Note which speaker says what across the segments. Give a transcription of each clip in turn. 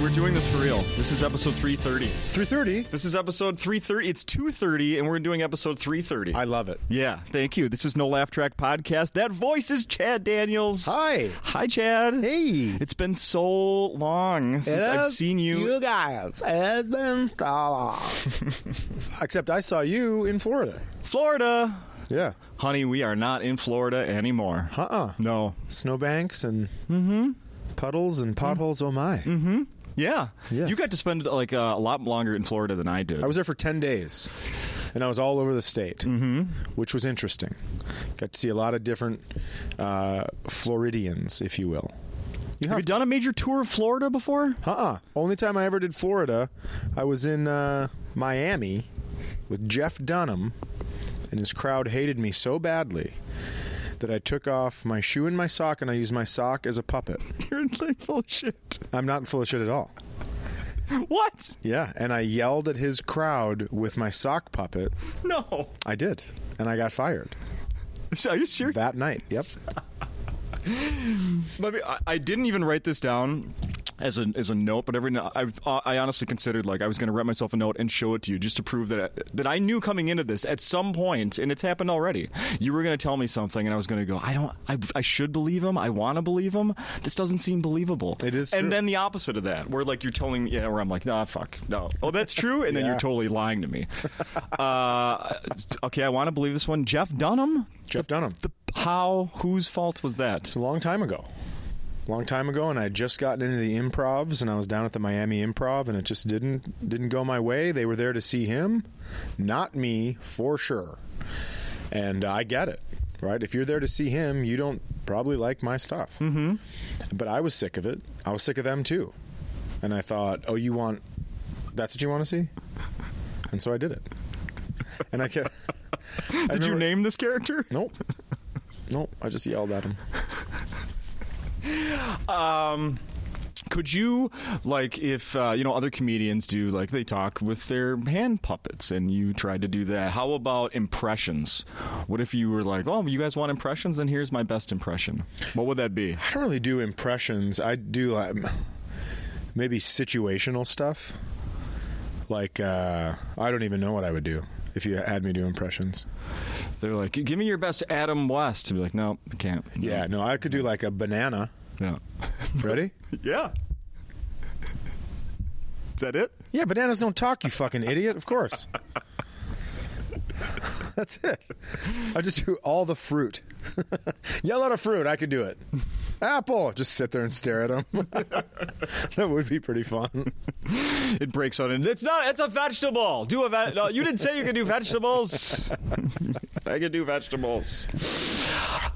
Speaker 1: we're doing this for real. This is episode 330.
Speaker 2: 330.
Speaker 1: This is episode 330. It's 230, and we're doing episode 330.
Speaker 2: I love it.
Speaker 1: yeah, thank you. This is No Laugh Track Podcast. That voice is Chad Daniels.
Speaker 2: Hi.
Speaker 1: Hi, Chad.
Speaker 2: Hey.
Speaker 1: It's been so long since I've seen you.
Speaker 2: guys, it's been so long. Except I saw you in Florida.
Speaker 1: Florida.
Speaker 2: Yeah.
Speaker 1: Honey, we are not in Florida anymore.
Speaker 2: Uh uh
Speaker 1: No.
Speaker 2: Snowbanks and Mm-hmm. puddles and potholes. Oh my.
Speaker 1: Yeah.
Speaker 2: Yes.
Speaker 1: You got to spend like uh, a lot longer in Florida than I did.
Speaker 2: I was there for 10 days and I was all over the state, mm-hmm. which was interesting. Got to see a lot of different uh, Floridians, if you will.
Speaker 1: have you done a major tour of Florida before?
Speaker 2: Uh-uh. Only time I ever did Florida, I was in uh, Miami with Jeff Dunham, and his crowd hated me so badly that I took off my shoe and my sock, and I used my sock as a puppet.
Speaker 1: You're like full of shit.
Speaker 2: I'm not full of shit at all.
Speaker 1: What?
Speaker 2: Yeah, and I yelled at his crowd with my sock puppet.
Speaker 1: No.
Speaker 2: I did, and I got fired
Speaker 1: Are you serious?
Speaker 2: that night. Yep.
Speaker 1: Maybe I, I didn't even write this down as a as a note, but every no- I I honestly considered like I was going to write myself a note and show it to you just to prove that I, that I knew coming into this at some point, and it's happened already. You were going to tell me something, and I was going to go, I don't, I, I should believe him. I want to believe him. This doesn't seem believable.
Speaker 2: It is true.
Speaker 1: and then the opposite of that, where like you're telling me, yeah, where I'm like, nah, fuck, no, oh, that's true, and then
Speaker 2: Yeah.
Speaker 1: you're totally lying to me. uh, okay, I want to believe this one, Jeff Dunham.
Speaker 2: Jeff Dunham.
Speaker 1: The how whose fault was that?
Speaker 2: It's a long time ago. Long time ago, and I had just gotten into the improvs, and I was down at the Miami Improv, and it just didn't didn't go my way. They were there to see him, not me, for sure. And I get it, right? If you're there to see him, you don't probably like my stuff. Mm-hmm. But I was sick of it. I was sick of them too, and I thought, oh, you want that's what you want to see, and so I did it. And I kept.
Speaker 1: Did
Speaker 2: I
Speaker 1: you
Speaker 2: remember-
Speaker 1: name this character?
Speaker 2: Nope. Nope. I just yelled at him.
Speaker 1: Could you, like, if, uh, you know, other comedians do, like, they talk with their hand puppets and you tried to do that. How about impressions? What if you were like, oh, you guys want impressions? Then here's my best impression. What would that be?
Speaker 2: I don't really do impressions. I do um, maybe situational stuff. Like uh, I don't even know what I would do if you had me do impressions.
Speaker 1: They're like, give me your best Adam West. And be like, no, I can't. No,
Speaker 2: Yeah, no, I could do like a banana.
Speaker 1: No.
Speaker 2: Ready?
Speaker 1: yeah. Is that it?
Speaker 2: Yeah, bananas don't talk, you fucking idiot. Of course. That's it. I just do all the fruit. Yell out a fruit. I could do it. Apple. Just sit there and stare at them. that would be pretty fun.
Speaker 1: It breaks out and it's not, it's a vegetable. Do a, ve- no, you didn't say you could do vegetables. I could do vegetables.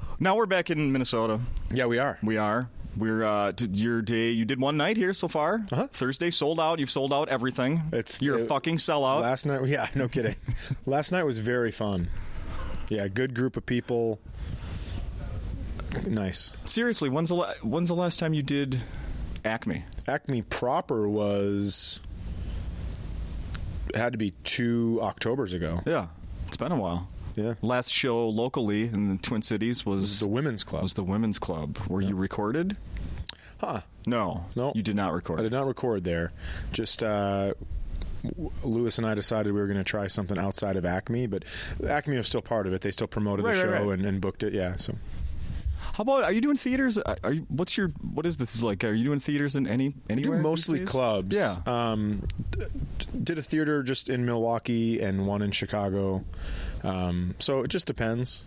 Speaker 1: Now we're back in Minnesota.
Speaker 2: Yeah, we are.
Speaker 1: We are. We're uh, t- your day. You did one night here so far.
Speaker 2: Uh-huh.
Speaker 1: Thursday sold out. You've sold out everything.
Speaker 2: It's-
Speaker 1: you're a
Speaker 2: it-
Speaker 1: fucking sellout.
Speaker 2: Last night, yeah, no kidding. Last night was very fun. Yeah, good group of people. Nice.
Speaker 1: Seriously, when's the la- when's the last time you did Acme?
Speaker 2: Acme proper was it had to be two Octobers ago.
Speaker 1: Yeah, it's been a while.
Speaker 2: Yeah,
Speaker 1: Last show locally in the Twin Cities was
Speaker 2: the women's club.
Speaker 1: was the women's club where you recorded.
Speaker 2: Huh.
Speaker 1: No,
Speaker 2: No.
Speaker 1: you did not
Speaker 2: I
Speaker 1: record.
Speaker 2: did not record there. Just uh, w- Lewis and I decided we were going to try something outside of Acme, but Acme was still part of it. They still promoted
Speaker 1: Right,
Speaker 2: the show
Speaker 1: right, right.
Speaker 2: And, and booked it. Yeah, so
Speaker 1: How about are you doing theaters? Are are you, what's your what is this like? Are you doing theaters in any
Speaker 2: I do
Speaker 1: anywhere? these
Speaker 2: mostly
Speaker 1: days?
Speaker 2: clubs.
Speaker 1: Yeah.
Speaker 2: Um, d- d- did a theater just in Milwaukee and one in Chicago. Um, so it just depends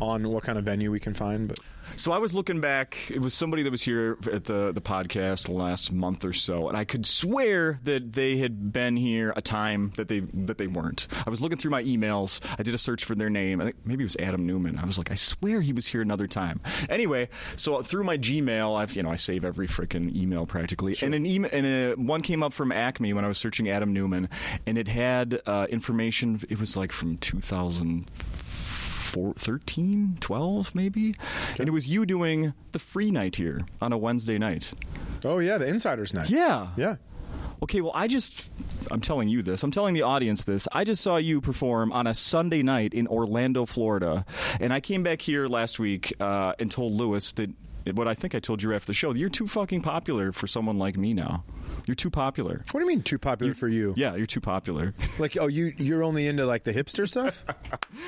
Speaker 2: on what kind of venue we can find. But
Speaker 1: So I was looking back. It was somebody that was here at the the podcast last month or so, and I could swear that they had been here a time that they that they weren't. I was looking through my emails. I did a search for their name. I think maybe it was Adam Newman. I was like, I swear he was here another time. Anyway, so through my Gmail, I've you know I save every freaking email practically, and an email and a, one came up from Acme when I was searching Adam Newman, and it had uh, information. It was like from 2000 four, 13, 12 maybe. And it was you doing the free night here on a Wednesday night.
Speaker 2: oh yeah, the Insiders Night.
Speaker 1: Yeah.
Speaker 2: Yeah.
Speaker 1: Okay, well, I just, I'm telling you this. I'm telling the audience this. I just saw you perform on a Sunday night in Orlando, Florida. And I came back here last week uh, and told Lewis that. What I think I told you after the show, you're too fucking popular for someone like me now. You're too popular.
Speaker 2: What do you mean too popular for you?
Speaker 1: Yeah, you're too popular.
Speaker 2: Like, oh, you you're only into like the hipster stuff?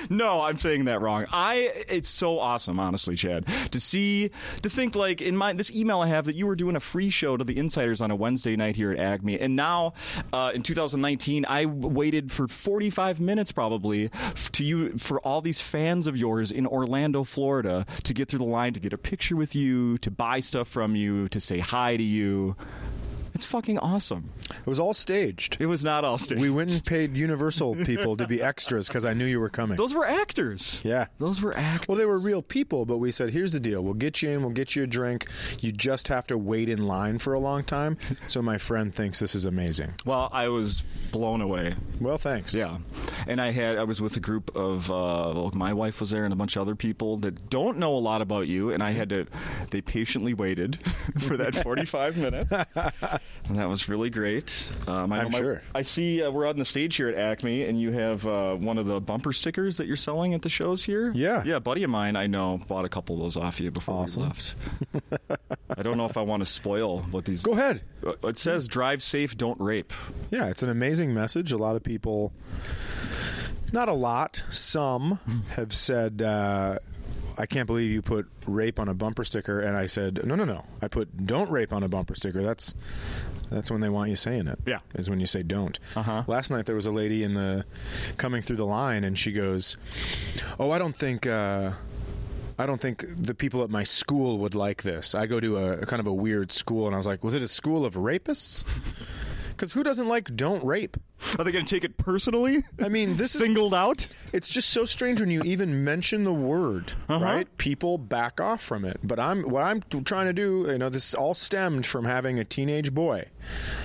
Speaker 1: No, I'm saying that wrong. I it's so awesome, honestly, Chad, to see to think like in my this email I have that you were doing a free show to the insiders on a Wednesday night here at Acme, and now uh, in 2019 I w- waited for 45 minutes probably f- to you for all these fans of yours in Orlando, Florida, to get through the line to get a picture with you, to buy stuff from you, to say hi to you. It's fucking awesome.
Speaker 2: It was all staged.
Speaker 1: It was not all stage.
Speaker 2: We went and paid Universal people to be extras because I knew you were coming.
Speaker 1: Those were actors.
Speaker 2: Yeah.
Speaker 1: Those were actors.
Speaker 2: Well, they were real people, but we said, here's the deal. We'll get you in, we'll get you a drink. You just have to wait in line for a long time. So my friend thinks this is amazing.
Speaker 1: Well, I was blown away.
Speaker 2: Well, thanks.
Speaker 1: Yeah, and I had I was with a group of uh, well, my wife was there and a bunch of other people that don't know a lot about you, and I had to. They patiently waited for that forty five minutes, and that was really great. Um, I know
Speaker 2: I'm
Speaker 1: my-
Speaker 2: sure.
Speaker 1: I see uh, we're on the stage here at Acme, and you have uh, one of the bumper stickers that you're selling at the shows here.
Speaker 2: Yeah.
Speaker 1: yeah. A buddy of mine I know bought a couple of those off you before
Speaker 2: Awesome.
Speaker 1: we left. I don't know if I want to spoil what these. Uh,
Speaker 2: Go ahead.
Speaker 1: It says drive safe, don't rape.
Speaker 2: Yeah, it's an amazing message. A lot of people, not a lot, some have said, uh, I can't believe you put rape on a bumper sticker. And I said, no, no, no. I put don't rape on a bumper sticker. That's that's when they want you saying it.
Speaker 1: Yeah.
Speaker 2: Is when you say don't.
Speaker 1: Uh-huh.
Speaker 2: Last night there was a lady in the coming through the line and she goes, oh, I don't think. Uh, I don't think the people at my school would like this. I go to a, kind of a weird school, and I was like, was it a school of rapists? Because who doesn't like don't rape?
Speaker 1: Are they going to take it personally?
Speaker 2: I mean, this is,
Speaker 1: Singled out?
Speaker 2: it's just so strange when you even mention the word, right? People back off from it. But I'm what I'm t- trying to do, you know, this all stemmed from having a teenage boy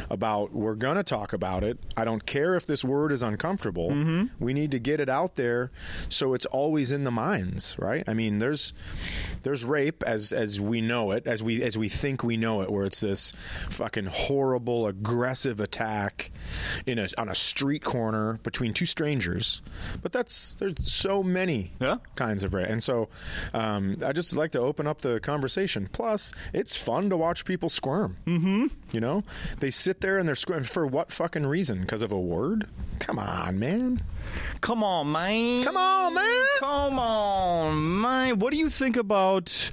Speaker 2: about we're going to talk about it. I don't care if this word is uncomfortable. We need to get it out there so it's always in the minds, right? I mean, there's there's rape as as we know it, as we as we think we know it, where it's this fucking horrible, aggressive attack in a on a street corner between two strangers. But that's there's so many
Speaker 1: Yeah.
Speaker 2: kinds of rape, and so um, I just like to open up the conversation. Plus, it's fun to watch people squirm. Mm-hmm. You know, they sit there and they're squirming for what fucking reason? Because of a word? Come on, man.
Speaker 1: Come on, man.
Speaker 2: Come on, man.
Speaker 1: Come on, man. What do you think about?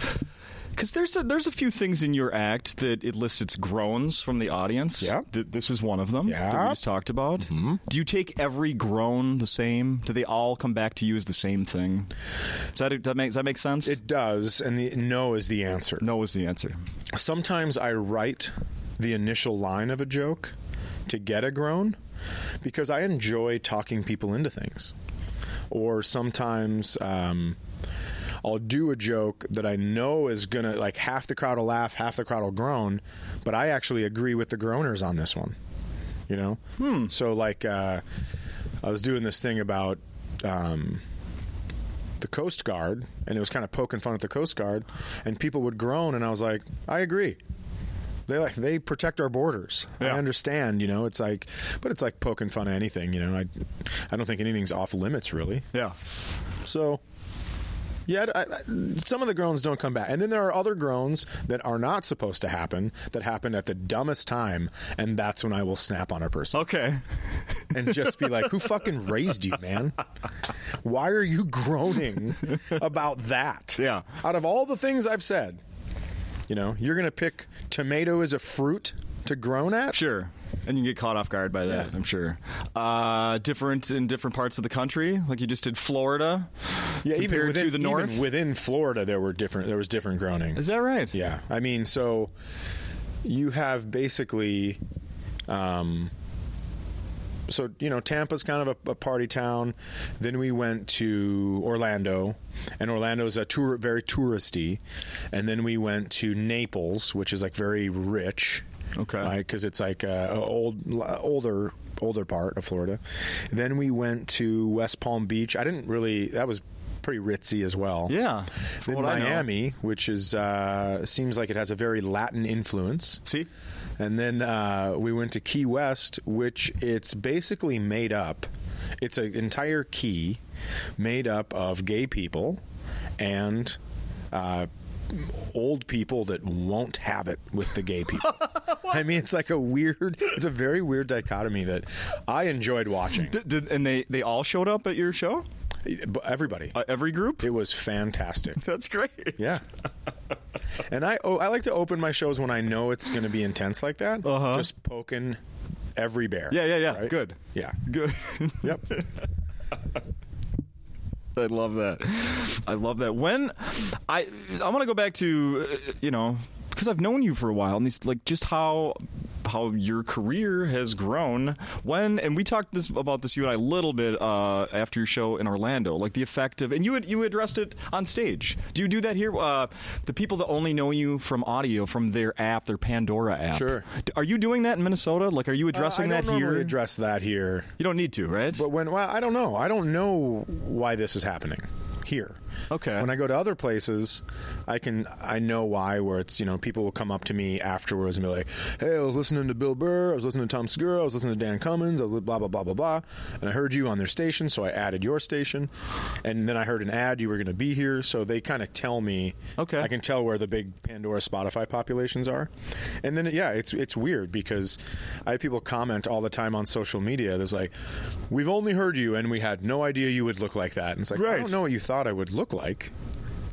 Speaker 1: Because there's a, there's a few things in your act that elicits groans from the audience.
Speaker 2: Yeah.
Speaker 1: Th- this is one of them that we
Speaker 2: Yeah.
Speaker 1: just talked about. Do you take every groan the same? Do they all come back to you as the same thing? Does that, that make, does that make sense?
Speaker 2: It does, and the no is the answer.
Speaker 1: no is the answer.
Speaker 2: sometimes I write the initial line of a joke to get a groan because I enjoy talking people into things. Or sometimes um, I'll do a joke that I know is going to, like, half the crowd will laugh, half the crowd will groan, but I actually agree with the groaners on this one. You know? Hmm. So, like, uh, I was doing this thing about. Um, the Coast Guard, and it was kind of poking fun at the Coast Guard, and people would groan, and I was like, I agree. They like they protect our borders.
Speaker 1: Yeah.
Speaker 2: I understand, you know. It's like, but it's like poking fun at anything, you know. I, I don't think anything's off limits really.
Speaker 1: Yeah.
Speaker 2: So, yeah, I, I, some of the groans don't come back, and then there are other groans that are not supposed to happen that happen at the dumbest time, and that's when I will snap on a person
Speaker 1: Okay.
Speaker 2: and just be like, "Who fucking raised you, man? Why are you groaning about that?"
Speaker 1: Yeah.
Speaker 2: Out of all the things I've said, you know, you're gonna pick tomato as a fruit to groan at.
Speaker 1: Sure. And you get caught off guard by that, I'm sure. Uh, different in different parts of the country, like you just did Florida.
Speaker 2: Yeah, even
Speaker 1: compared
Speaker 2: within
Speaker 1: to the
Speaker 2: even
Speaker 1: north.
Speaker 2: within Florida, there were different. There was different groaning.
Speaker 1: Is that right?
Speaker 2: Yeah, I mean, so you have basically, um, so you know, Tampa's kind of a, a party town. Then we went to Orlando, and Orlando's a tour, very touristy. And then we went to Naples, which is like very rich.
Speaker 1: Okay.
Speaker 2: because it's like uh, a old, older, older part of Florida. Then we went to West Palm Beach. I didn't really. That was pretty ritzy as well.
Speaker 1: Yeah. From
Speaker 2: Then
Speaker 1: what I know.
Speaker 2: Miami, which is uh, seems like it has a very Latin influence,
Speaker 1: See?
Speaker 2: and then uh, we went to Key West, which it's basically made up. It's an entire key made up of gay people and uh, old people that won't have it with the gay people. I mean, it's like a weird, it's a very weird dichotomy that I enjoyed watching.
Speaker 1: Did, did, and they, they all showed up at your show?
Speaker 2: But Everybody,
Speaker 1: Uh, every group?
Speaker 2: it was fantastic.
Speaker 1: That's great.
Speaker 2: Yeah. and I oh, I like to open my shows when I know it's going to be intense like that.
Speaker 1: Uh-huh.
Speaker 2: Just poking every bear.
Speaker 1: Yeah, yeah, yeah.
Speaker 2: Right?
Speaker 1: Good.
Speaker 2: Yeah.
Speaker 1: Good.
Speaker 2: Yep.
Speaker 1: I love that. I love that. When I I want to go back to uh, you know because I've known you for a while and it's like just how how your career has grown when and we talked this about this you and I a little bit uh, after your show in Orlando like the effect of and you had, you addressed it on stage do you do that here uh, the people that only know you from audio from their app their Pandora app
Speaker 2: Sure.
Speaker 1: D- are you doing that in Minnesota like are you addressing
Speaker 2: Uh, I don't
Speaker 1: that
Speaker 2: normally
Speaker 1: here
Speaker 2: Address that here.
Speaker 1: you don't need to right
Speaker 2: But when well, I don't know. I don't know why this is happening here.
Speaker 1: Okay.
Speaker 2: When I go to other places, I can I know why. Where it's you know people will come up to me afterwards and be like, "Hey, I was listening to Bill Burr. I was listening to Tom Segura. I was listening to Dan Cummins. I was li- blah blah blah blah blah." And I heard you on their station, so I added your station. And then I heard an ad you were going to be here, so they kind of tell me.
Speaker 1: Okay.
Speaker 2: I can tell where the big Pandora, Spotify populations are, and then yeah, it's it's weird because I have people comment all the time on social media. There's like, we've only heard you, and we had no idea you would look like that. And it's like, I
Speaker 1: Right.
Speaker 2: don't know what you thought I would look like.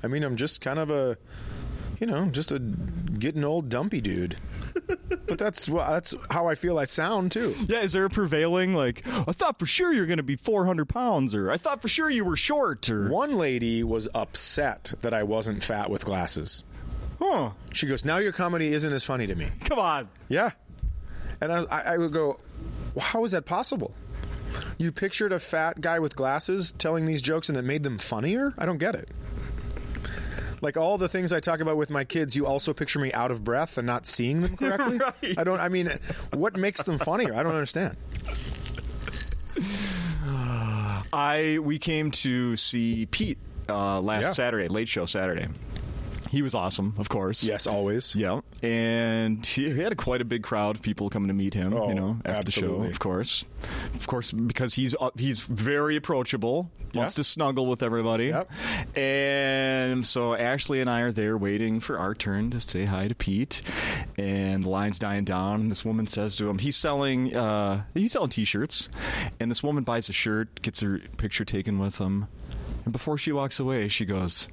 Speaker 2: I mean, I'm just kind of a, you know, just a getting old dumpy dude. but that's wha- that's how I feel I sound too.
Speaker 1: Yeah, is there a prevailing like? I thought for sure you were going to be four hundred pounds, or I thought for sure you were short, or
Speaker 2: One lady was upset that I wasn't fat with glasses.
Speaker 1: huh?
Speaker 2: She goes, "Now your comedy isn't as funny to me."
Speaker 1: Come on,
Speaker 2: Yeah. And I, I I would go, "Well, how is that possible? You pictured a fat guy with glasses telling these jokes and it made them funnier? I don't get it. Like all the things I talk about with my kids, you also picture me out of breath and not seeing them correctly.
Speaker 1: Right.
Speaker 2: I don't. I mean, what makes them funnier? I don't understand.
Speaker 1: I we came to see Pete uh, last
Speaker 2: Yeah.
Speaker 1: Saturday, late show Saturday. He was awesome, of course.
Speaker 2: Yes, always.
Speaker 1: Yeah, and he he had quite a big crowd of people coming to meet him.
Speaker 2: Oh,
Speaker 1: you know, after the
Speaker 2: absolutely.
Speaker 1: show, of course, of course, because he's uh, he's very approachable, wants
Speaker 2: Yeah.
Speaker 1: to snuggle with everybody,
Speaker 2: Yep.
Speaker 1: and so Ashley and I are there waiting for our turn to say hi to Pete, and the line's dying down, and this woman says to him, he's selling uh, he's selling t-shirts, and this woman buys a shirt, gets her picture taken with him, and before she walks away, she goes.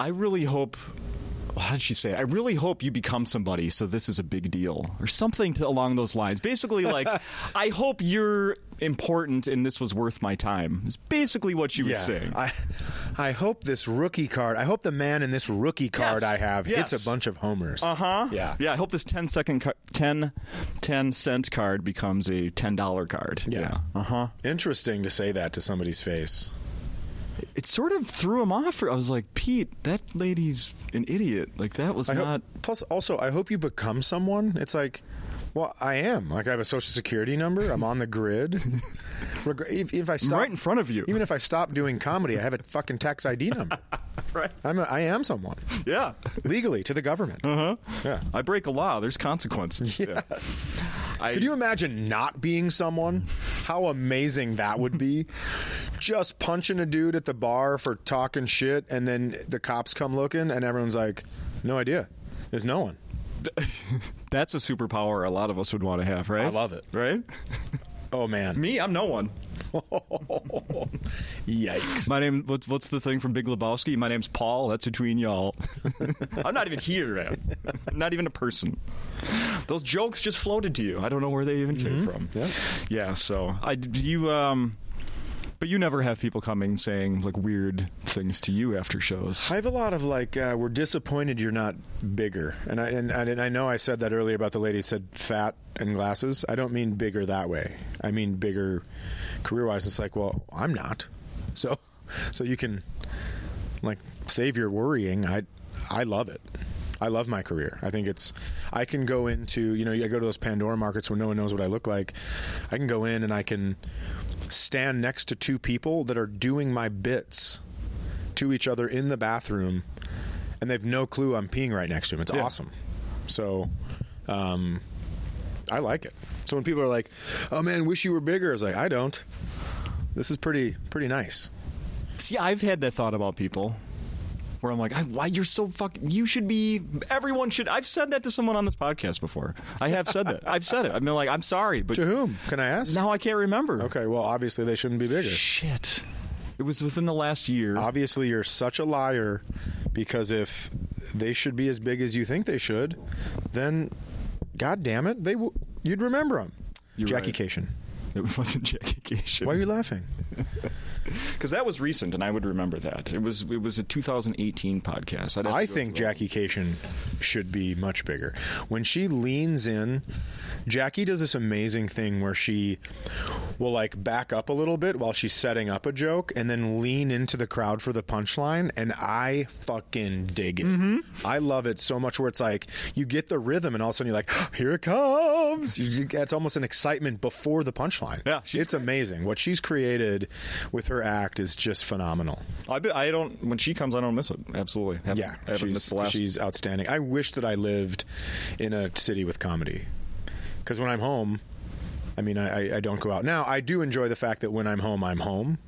Speaker 1: I really hope. How did she say? it? I really hope you become somebody, so this is a big deal, or something to, along those lines. Basically, like, I hope you're important, and this was worth my time. It's basically what she was saying.
Speaker 2: I, I hope this rookie card. I hope the man in this rookie card
Speaker 1: Yes.
Speaker 2: I have hits
Speaker 1: Yes.
Speaker 2: a bunch of homers.
Speaker 1: Uh huh.
Speaker 2: Yeah.
Speaker 1: Yeah. I hope this 10 second car- 10, 10 cent card becomes a ten dollar card.
Speaker 2: Yeah.
Speaker 1: Uh huh.
Speaker 2: Interesting to say that to somebody's face.
Speaker 1: It sort of threw him off. I was like, Pete, that lady's an idiot. Like that was
Speaker 2: I hope-
Speaker 1: not.
Speaker 2: plus, also, I hope you become someone. It's like, well, I am. Like, I have a social security number. I'm on the grid. Reg- if, if I stop,
Speaker 1: right in front of you.
Speaker 2: Even if I stop doing comedy, I have a fucking tax ID number.
Speaker 1: Right.
Speaker 2: I'm a, I am someone
Speaker 1: Yeah.
Speaker 2: legally to the government.
Speaker 1: Uh huh.
Speaker 2: Yeah.
Speaker 1: I break a law. There's consequences. Yeah. I,
Speaker 2: Could you imagine not being someone? How amazing that would be. Just punching a dude at the bar for talking shit, and then the cops come looking, and everyone's like, no idea. There's no one.
Speaker 1: That's a superpower a lot of us would want to have, right?
Speaker 2: I love it.
Speaker 1: Right?
Speaker 2: Oh, man.
Speaker 1: Me, I'm no one.
Speaker 2: Yikes.
Speaker 1: My name, what's, what's the thing from Big Lebowski? My name's Paul. That's between y'all. I'm not even here, man. I'm not even a person. Those jokes just floated to you. I don't know where they even came from.
Speaker 2: Yeah.
Speaker 1: Mm-hmm. Yeah. So I do you um, but you never have people coming saying like weird things to you after shows.
Speaker 2: I have a lot of like, uh, we're disappointed you're not bigger, and I and, and I know I said that earlier about the lady who said fat and glasses. I don't mean bigger that way. I mean bigger career wise. It's like, well, I'm not, so so you can like save your worrying. I I love it. I love my career. I think it's I can go into you know I go to those Pandora markets where no one knows what I look like. I can go in and I can stand next to two people that are doing my bits to each other in the bathroom, and they've no clue I'm peeing right next to them. It's
Speaker 1: Yeah.
Speaker 2: awesome. So, um, I like it. So when people are like, "Oh man, wish you were bigger," I was like, "I don't." This is pretty pretty nice.
Speaker 1: See, I've had that thought about people. where I'm like, I, why you're so fucking, you should be, everyone should. I've said that to someone on this podcast before. I have said that. I've said it. I've been like, I'm sorry, but
Speaker 2: To whom? Can I ask?
Speaker 1: now I can't remember.
Speaker 2: Okay, well, obviously they shouldn't be bigger.
Speaker 1: Shit. It was within the last year.
Speaker 2: Obviously, you're such a liar because if they should be as big as you think they should, then, god damn it, they w- you'd remember them.
Speaker 1: You're
Speaker 2: Jackie
Speaker 1: right.
Speaker 2: Cation.
Speaker 1: It wasn't Jackie Cation.
Speaker 2: Why are you laughing?
Speaker 1: Because that was recent, and I would remember that. It was it was a 2018 podcast. I'd have
Speaker 2: I
Speaker 1: to go
Speaker 2: think
Speaker 1: through it.
Speaker 2: Jackie Cation should be much bigger. When she leans in, Jackie does this amazing thing where she will like back up a little bit while she's setting up a joke and then lean into the crowd for the punchline and I fucking dig it.
Speaker 1: Mm-hmm.
Speaker 2: I love it so much where it's like you get the rhythm and all of a sudden you're like, "Ah, here it comes. You- you- It's almost an excitement before the punchline.
Speaker 1: Yeah, she's
Speaker 2: it's amazing. What she's created with her act is just phenomenal.
Speaker 1: I, be- I don't. When she comes, I don't miss it. Absolutely. Haven't-
Speaker 2: Yeah,
Speaker 1: I haven't missed
Speaker 2: she's,
Speaker 1: the last.
Speaker 2: she's outstanding. I wish that I lived in a city with comedy because when I'm home, I mean, I, I- I don't go out. Now, I do enjoy the fact that when I'm home, I'm home.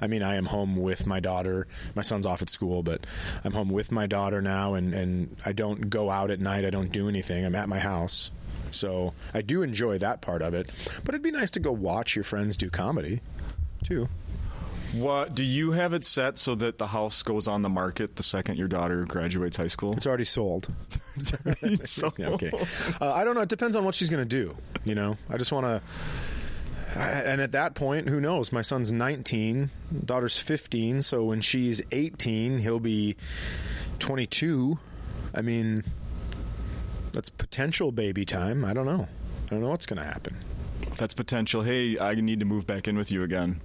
Speaker 2: I mean, I am home with my daughter. My son's off at school, but I'm home with my daughter now, and, and I don't go out at night. I don't do anything. I'm at my house. So I do enjoy that part of it. But it'd be nice to go watch your friends do comedy, too.
Speaker 1: what do you have it set so that the house goes on the market the second your daughter graduates high school?
Speaker 2: It's already sold.
Speaker 1: so,
Speaker 2: Yeah, okay. Uh, I don't know. It depends on what she's going to do. You know, I just want to. And at that point, who knows? My son's 19, daughter's 15. So when she's 18, he'll be 22. I mean, that's potential baby time. I don't know. I don't know what's going to happen.
Speaker 1: That's potential. Hey, I need to move back in with you again.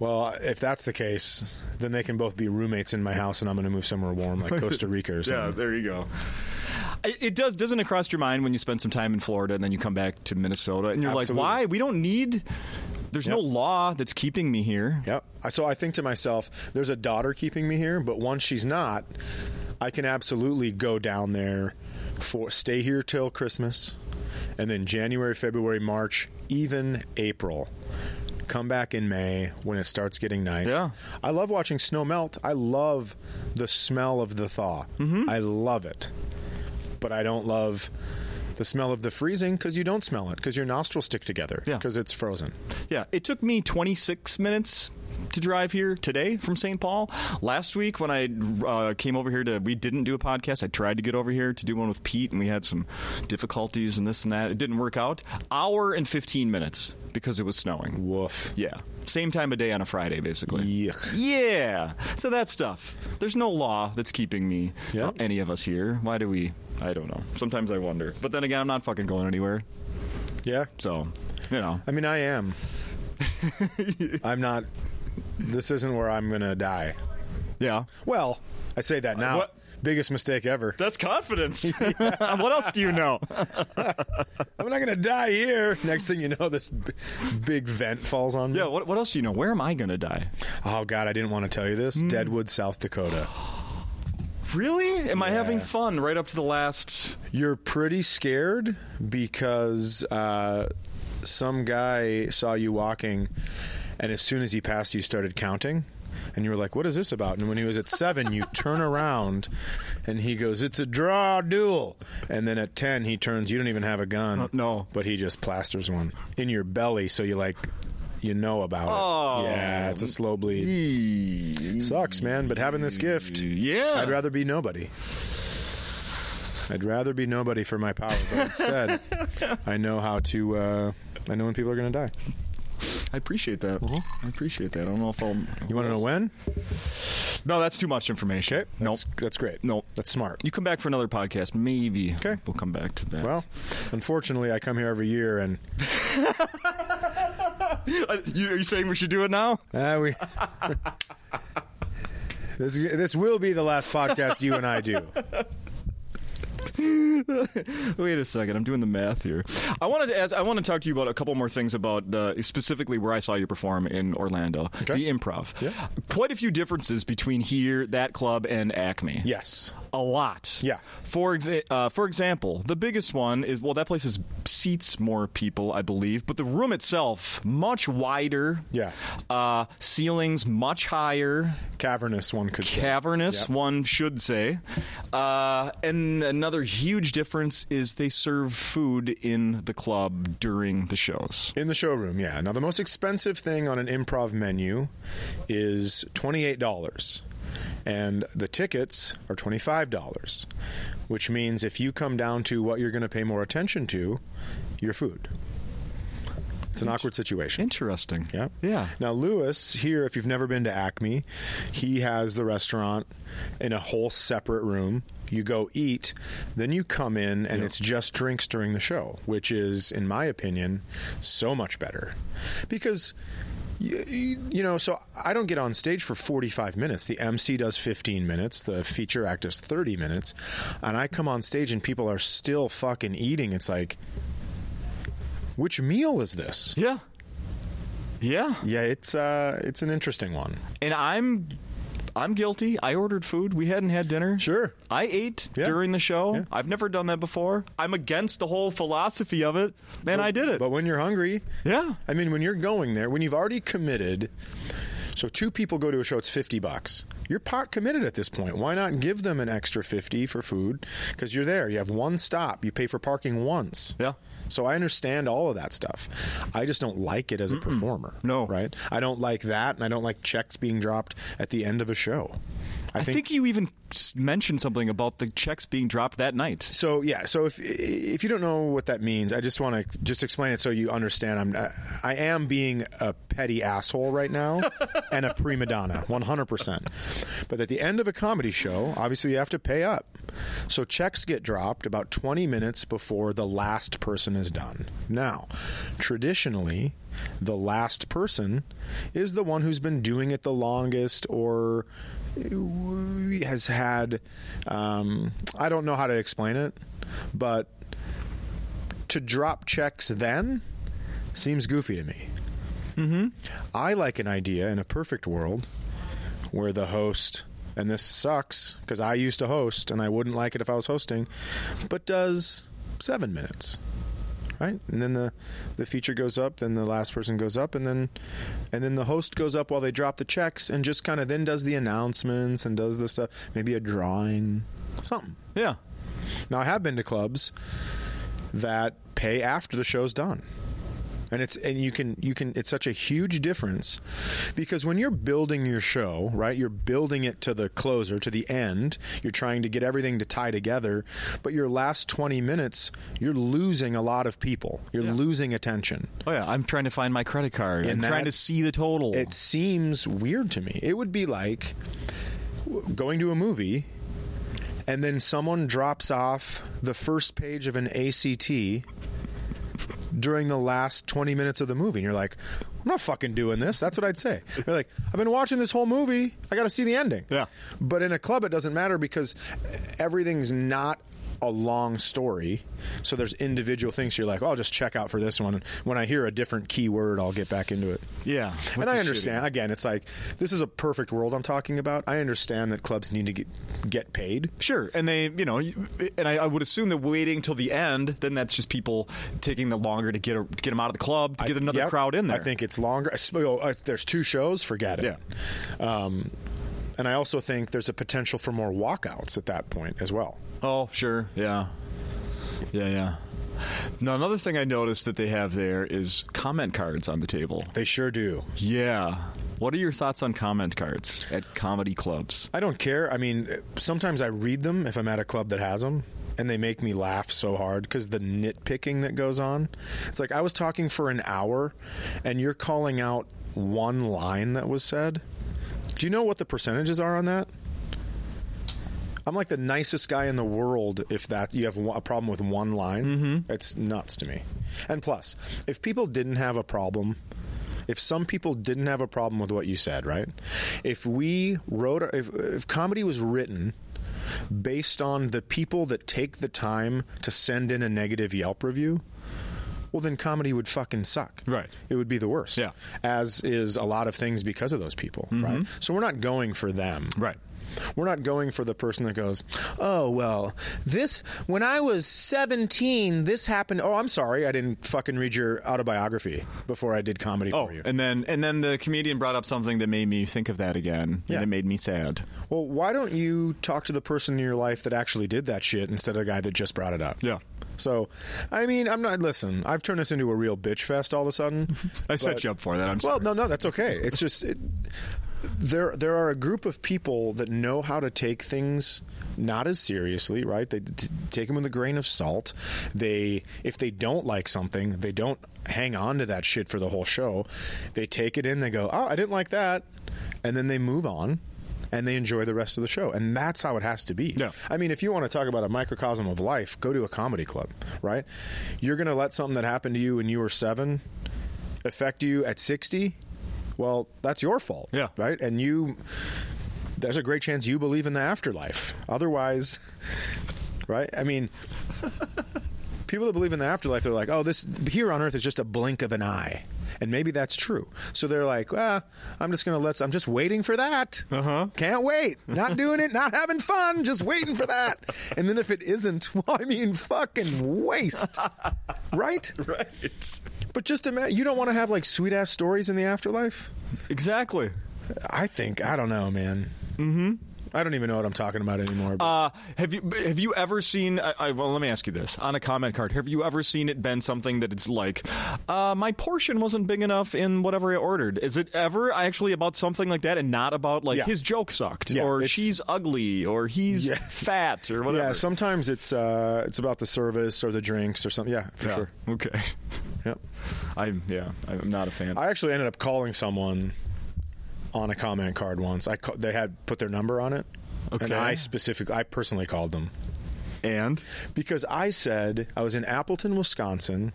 Speaker 2: Well, if that's the case, then they can both be roommates in my house, and I'm going to move somewhere warm, like Costa Rica or
Speaker 1: Yeah,
Speaker 2: something.
Speaker 1: there you go. It, it does doesn't it cross your mind when you spend some time in Florida and then you come back to Minnesota and you're
Speaker 2: Absolutely.
Speaker 1: like, why? We don't need. There's no
Speaker 2: Yep.
Speaker 1: law that's keeping me here.
Speaker 2: Yep. I- So I think to myself, there's a daughter keeping me here, but once she's not, I can absolutely go down there for stay here till Christmas, and then January, February, March, even April. Come back in May when it starts getting nice.
Speaker 1: Yeah.
Speaker 2: I love watching snow melt. I love the smell of the thaw.
Speaker 1: Mm-hmm.
Speaker 2: I love it. But I don't love the smell of the freezing because you don't smell it because your nostrils stick together
Speaker 1: Yeah.
Speaker 2: because it's frozen.
Speaker 1: Yeah, it took me 26 minutes to drive here today from St. Paul. Last week when I uh, came over here to, we didn't do a podcast. I tried to get over here to do one with Pete, and we had some difficulties and this and that. It didn't work out. Hour and 15 minutes because it was snowing.
Speaker 2: Woof.
Speaker 1: Yeah, same time of day on a Friday, basically.
Speaker 2: Yuck.
Speaker 1: Yeah, so that stuff. There's no law that's keeping me,
Speaker 2: Yeah.
Speaker 1: uh, any of us here. Why do we? I don't know. Sometimes I wonder. But then again, I'm not fucking going anywhere.
Speaker 2: Yeah.
Speaker 1: So, you know.
Speaker 2: I mean, I am. I'm not. This isn't where I'm gonna die.
Speaker 1: Yeah.
Speaker 2: Well, I say that now.
Speaker 1: Uh, what-
Speaker 2: Biggest mistake ever.
Speaker 1: That's confidence. what else do you know?
Speaker 2: I'm not gonna die here. Next thing you know, this b- big vent falls on me.
Speaker 1: Yeah, what, what else do you know? Where am I going to die?
Speaker 2: Oh God, I didn't want to tell you
Speaker 1: Mm.
Speaker 2: this. Deadwood, South Dakota.
Speaker 1: Really? Am I having
Speaker 2: Yeah.
Speaker 1: fun right up to the last?
Speaker 2: You're pretty scared because uh, some guy saw you walking, and as soon as he passed you, started counting. And you were like, "What is this about?" And when he was at seven, you turn around, and he goes, "It's a draw duel." And then at ten, he turns. You don't even have a gun.
Speaker 1: Uh, no.
Speaker 2: but he just plasters one in your belly, so you like, you know about
Speaker 1: Oh.
Speaker 2: it. Yeah, it's a slow bleed.
Speaker 1: Yeah.
Speaker 2: Sucks, man. But having this gift, I'd rather be nobody. I'd rather be nobody for my power, but instead, I know how to. Uh, I know when people are going to die.
Speaker 1: I appreciate that.
Speaker 2: Uh-huh.
Speaker 1: I appreciate that. I don't know if I'll.
Speaker 2: You want to know when?
Speaker 1: No, that's too much information.
Speaker 2: Okay,
Speaker 1: Nope.
Speaker 2: that's, that's great.
Speaker 1: Nope.
Speaker 2: that's smart.
Speaker 1: You come back for another podcast, maybe.
Speaker 2: Okay.
Speaker 1: We'll come back to that.
Speaker 2: Well, unfortunately, I come here every year, and
Speaker 1: Uh, you, are you saying we should do it now?
Speaker 2: uh, we. this this will be the last podcast you and I do.
Speaker 1: Wait a second, I'm doing the math here. I wanted to ask, I want to talk to you about a couple more things about uh, specifically where I saw you perform in Orlando, the improv.
Speaker 2: Yeah.
Speaker 1: Quite a few differences between here, that club, and Acme.
Speaker 2: Yes.
Speaker 1: A lot.
Speaker 2: Yeah.
Speaker 1: For exa- uh, for example, the biggest one is well, that place is seats more people, I believe, but the room itself much wider.
Speaker 2: Yeah.
Speaker 1: Uh, ceilings much higher
Speaker 2: Cavernous one could say.
Speaker 1: cavernous,
Speaker 2: Yep.
Speaker 1: one should say. Uh, and another huge difference is they serve food in the club during the shows.
Speaker 2: In the showroom, yeah. Now, the most expensive thing on an improv menu is $28. And the tickets are $25, which means if you come down to what you're going to pay more attention to, your food. It's an awkward situation.
Speaker 1: Interesting.
Speaker 2: Yeah.
Speaker 1: Yeah.
Speaker 2: Now, Lewis, here, if you've never been to Acme, he has the restaurant in a whole separate room. You go eat, then you come in, and it's just drinks during the show, which is, in my opinion, so much better. Because. You, you know, so I don't get on stage for 45 minutes. The MC does 15 minutes. The feature act does 30 minutes. And I come on stage and people are still fucking eating. It's like, which meal is this?
Speaker 1: Yeah. Yeah.
Speaker 2: Yeah, it's uh, it's an interesting one.
Speaker 1: And I'm I'm guilty. I ordered food. We hadn't had dinner.
Speaker 2: Sure.
Speaker 1: I ate
Speaker 2: Yeah.
Speaker 1: during the show.
Speaker 2: Yeah.
Speaker 1: I've never done that before. I'm against the whole philosophy of it, and I did it.
Speaker 2: But when you're hungry,
Speaker 1: yeah.
Speaker 2: I mean, when you're going there, when you've already committed, so two people go to a show, it's fifty bucks. You're pot committed at this point. Why not give them an extra fifty for food? Because you're there. You have one stop. You pay for parking once.
Speaker 1: Yeah.
Speaker 2: So I understand all of that stuff. I just don't like it as a performer.
Speaker 1: No.
Speaker 2: right? I don't like that, and I don't like checks being dropped at the end of a show.
Speaker 1: I think, you even s- mentioned something about the checks being dropped that night.
Speaker 2: So yeah, so if if you don't know what that means, I just want to just explain it so you understand. I'm I am being a petty asshole right now and a prima donna, 100. percent But at the end of a comedy show, obviously you have to pay up. So checks get dropped about 20 minutes before the last person is done. Now, traditionally, the last person is the one who's been doing it the longest or has had um, I don't know how to explain it, but to drop checks then seems goofy to me. Mm-hmm. I like an idea in a perfect world where the host and this sucks because I used to host and I wouldn't like it if I was hosting, but does seven minutes. Right, and then the the feature goes up, then the last person goes up, and then and then the host goes up while they drop the checks, and just kind of then does the announcements and does the stuff, maybe a drawing, something.
Speaker 1: Yeah.
Speaker 2: Now I have been to clubs that pay after the show's done. And it's and you can you can it's such a huge difference because when you're building your show, right? You're building it to the closer, to the end. You're trying to get everything to tie together, but your last 20 minutes, you're losing a lot of people. You're
Speaker 1: Yeah.
Speaker 2: losing attention.
Speaker 1: Oh yeah, I'm trying to find my credit card. I'm
Speaker 2: And
Speaker 1: trying
Speaker 2: that-
Speaker 1: to see the total.
Speaker 2: It seems weird to me. It would be like w- going to a movie and then someone drops off the first page of an ACT during the last 20 minutes of the movie. And you're like, I'm not fucking doing this. That's what I'd say. You're like, I've been watching this whole movie. I got to see the ending.
Speaker 1: Yeah.
Speaker 2: But in a club, it doesn't matter because everything's not a long story. So there's individual things. You're like, oh, I'll just check out for this one. When I hear a different keyword, I'll get back into it.
Speaker 1: yeah,
Speaker 2: And
Speaker 1: which
Speaker 2: I
Speaker 1: is
Speaker 2: understand. Again, it's like this is a perfect world I'm talking about. I understand that clubs need to get, get paid.
Speaker 1: shitty. Sure, and they, you know, you- and I, I would assume that waiting till the end, then that's just people taking the longer to get a, get them out of the club to get another
Speaker 2: Yep.
Speaker 1: crowd in there.
Speaker 2: I think it's longer. I sp- oh, If there's two shows, forget it. Um, and I also think there's a potential for more walkouts at that point as well.
Speaker 1: Oh, sure, yeah, yeah, yeah. Now another thing I noticed that they have there is comment cards on the table.
Speaker 2: They sure do.
Speaker 1: Yeah. What are your thoughts on comment cards at comedy clubs?
Speaker 2: I don't care. I mean, sometimes I read them if I'm at a club that has them, and they make me laugh so hard because the nitpicking that goes on. It's like I was talking for an hour, and you're calling out one line that was said. Do you know what the percentages are on that? I'm like the nicest guy in the world if that you have one- a problem with one line. It's nuts to me. And plus, if people didn't have a problem, if some people didn't have a problem with what you said, right? If we wrote, if, if comedy was written based on the people that take the time to send in a negative Yelp review, well, then comedy would fucking suck.
Speaker 1: Right.
Speaker 2: It would be the worst.
Speaker 1: Yeah. Mm-hmm.
Speaker 2: As is a lot of things because of those people, right? So we're not going for them.
Speaker 1: Right.
Speaker 2: We're not going for the person that goes, oh, well, this, when I was 17, this happened. Oh, I'm sorry. I didn't fucking read your autobiography before I did comedy
Speaker 1: Oh,
Speaker 2: for you.
Speaker 1: and then and then the comedian brought up something that made me think of that again,
Speaker 2: Yeah.
Speaker 1: and it made me sad.
Speaker 2: well, why don't you talk to the person in your life that actually did that shit instead of the guy that just brought it up?
Speaker 1: Yeah.
Speaker 2: So, I mean, I'm not, listen, I've turned this into a real bitch fest all of a sudden.
Speaker 1: I set
Speaker 2: But-
Speaker 1: you up for that. I'm sorry.
Speaker 2: Well, no, no, that's okay. It's just it, there there are a group of people that know how to take things not as seriously, right? They t- take them with a grain of salt. They if they don't like something, they don't hang on to that shit for the whole show. They take it in, they go, "Oh, I didn't like that." And then they move on. And they enjoy the rest of the show, and that's how it has to be.
Speaker 1: Yeah.
Speaker 2: I mean, if you want to talk about a microcosm of life, go to a comedy club, right? You're going to let something that happened to you when you were seven affect you at 60, well, that's your fault.
Speaker 1: Yeah.
Speaker 2: Right? And you, there's a great chance you believe in the afterlife. Otherwise, right? I mean, people that believe in the afterlife, they're like, oh, this here on earth is just a blink of an eye. And maybe that's true. So they're like, ah, I'm just going to let, I'm just waiting for that. Uh huh. Can't wait. Not doing it, not having fun, just waiting for that. And then if it isn't, well, I mean, fucking waste. right?
Speaker 1: right.
Speaker 2: But just imagine you don't want to have like sweet ass stories in the afterlife.
Speaker 1: Exactly.
Speaker 2: I think I don't know, man. Mm-hmm. I don't even know what I'm talking about anymore. but-
Speaker 1: Uh, have you have you ever seen? I, I, well, let me ask you this: on a comment card, have you ever seen it been something that it's like, uh, my portion wasn't big enough in whatever I ordered? Is it ever actually about something like that and not about like
Speaker 2: Yeah.
Speaker 1: his joke sucked
Speaker 2: Yeah,
Speaker 1: or
Speaker 2: it's-
Speaker 1: she's ugly or he's
Speaker 2: Yeah.
Speaker 1: fat or whatever?
Speaker 2: yeah, sometimes it's uh, it's about the service or the drinks or something. Yeah, for
Speaker 1: Yeah.
Speaker 2: sure.
Speaker 1: Okay.
Speaker 2: Yep.
Speaker 1: I'm yeah. I'm not a fan.
Speaker 2: I actually ended up calling someone on a comment card once. I ca- they had put their number on it, and
Speaker 1: Okay.
Speaker 2: I specifically, I personally called them.
Speaker 1: and
Speaker 2: because I said I was in Appleton, Wisconsin,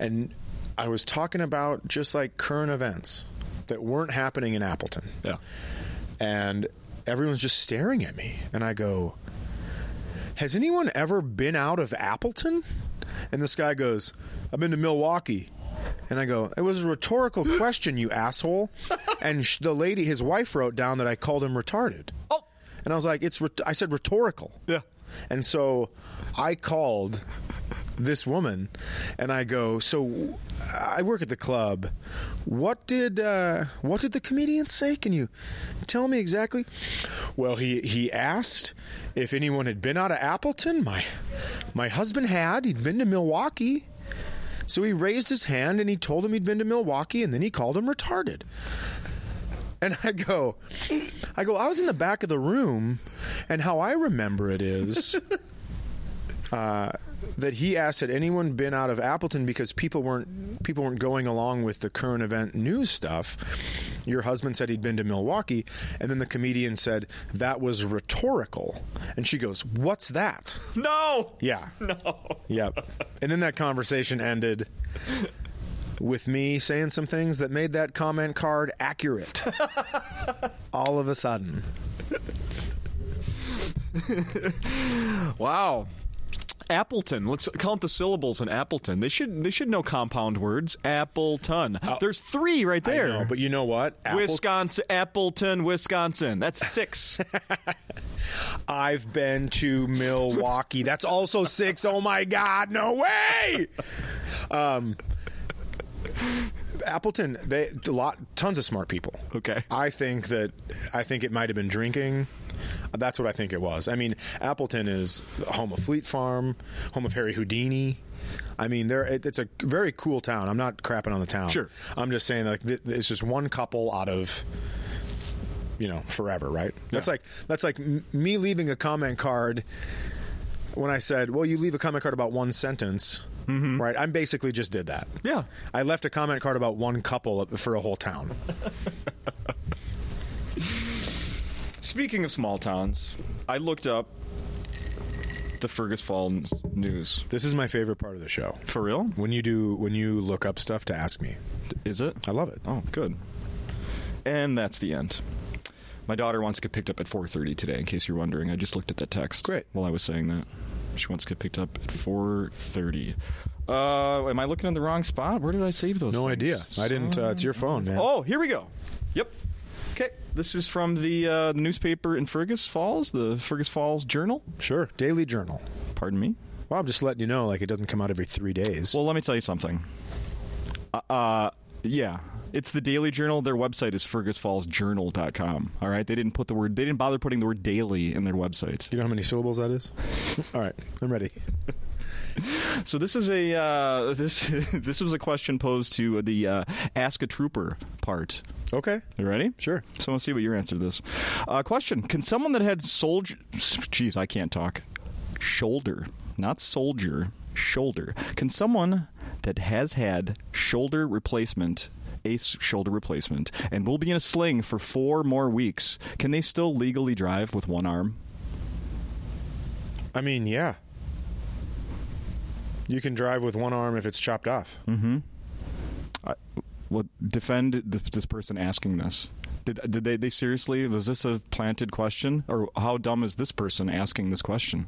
Speaker 2: and I was talking about just like current events that weren't happening in Appleton.
Speaker 1: yeah.
Speaker 2: And everyone's just staring at me. And I go, Has anyone ever been out of Appleton? And this guy goes, I've been to Milwaukee. And I go, It was a rhetorical question, you asshole. And sh- the lady, his wife, wrote down that I called him retarded.
Speaker 1: Oh.
Speaker 2: And I was like, It's, rhet I said rhetorical.
Speaker 1: Yeah.
Speaker 2: And so I called this woman and I go, "So I work at the club. What did uh, what did the comedian say? Can you tell me exactly?" Well, he he asked if anyone had been out of Appleton. My my husband had. He'd been to Milwaukee. So he raised his hand and he told him he'd been to Milwaukee and then he called him retarded. And I go, I go, I was in the back of the room, and how I remember it is uh, that he asked had anyone been out of Appleton because people weren't people weren't going along with the current event news stuff. Your husband said he'd been to Milwaukee, and then the comedian said that was rhetorical, and she goes, "What's that?"
Speaker 1: No.
Speaker 2: Yeah.
Speaker 1: No.
Speaker 2: Yep. And then that conversation ended with me saying some things that made that comment card accurate. All of a sudden.
Speaker 1: Wow. Appleton. Let's count the syllables in Appleton. They should they should know compound words. Appleton. There's three right there.
Speaker 2: No, but you know what? Apple-
Speaker 1: Wisconsin, Appleton, Wisconsin. That's six.
Speaker 2: I've been to Milwaukee. That's also six. Oh my God. No way. Um, Appleton, they a lot tons of smart people.
Speaker 1: Okay.
Speaker 2: I think that I think it might have been drinking. That's what I think it was. I mean, Appleton is home of Fleet Farm, home of Harry Houdini. I mean, there it, it's a very cool town. I'm not crapping on the town.
Speaker 1: Sure.
Speaker 2: I'm just saying like th- it's just one couple out of you know forever, right? That's like that's like m- me leaving a comment card when I said, "Well, you leave a comment card about one sentence."
Speaker 1: Mm-hmm.
Speaker 2: Right? I basically just did that.
Speaker 1: Yeah.
Speaker 2: I left a comment card about one couple for a whole town.
Speaker 1: Speaking of small towns, I looked up the Fergus Falls news.
Speaker 2: This is my favorite part of the show.
Speaker 1: For real?
Speaker 2: When you do when you look up stuff to ask me.
Speaker 1: Is it?
Speaker 2: I love it.
Speaker 1: Oh, good. And that's the end. My daughter wants to get picked up at 4:30 today. In case you're wondering, I just looked at that text.
Speaker 2: Great.
Speaker 1: While I was saying that, she wants to get picked up at 4:30. Uh, am I looking in the wrong spot? Where did I save those?
Speaker 2: No
Speaker 1: things?
Speaker 2: idea. I didn't. Uh, it's your phone, man.
Speaker 1: Oh, here we go. Yep. Okay. This is from the uh, newspaper in Fergus Falls, the Fergus Falls Journal.
Speaker 2: Sure. Daily Journal.
Speaker 1: Pardon me.
Speaker 2: Well, I'm just letting you know, like, it doesn't come out every three days.
Speaker 1: Well, let me tell you something. Uh, uh, yeah, it's the Daily Journal. Their website is fergusfallsjournal.com. All right, they didn't put the word. They didn't bother putting the word daily in their website.
Speaker 2: you know how many syllables that is? All right. I'm ready.
Speaker 1: So this is a uh, this this was a question posed to the uh, ask a trooper part.
Speaker 2: Okay.
Speaker 1: You ready?
Speaker 2: Sure.
Speaker 1: So let's see what your answer to this. Uh, question: Can someone that had soldier, jeez, I can't talk, shoulder, not soldier, shoulder. Can someone that has had shoulder replacement, a s- shoulder replacement, and will be in a sling for four more weeks, can they still legally drive with one arm?
Speaker 2: I mean, yeah. You can drive with one arm if it's chopped off.
Speaker 1: Well, defend th- this person asking this. Did, did they, they seriously? Was this a planted question, or how dumb is this person asking this question?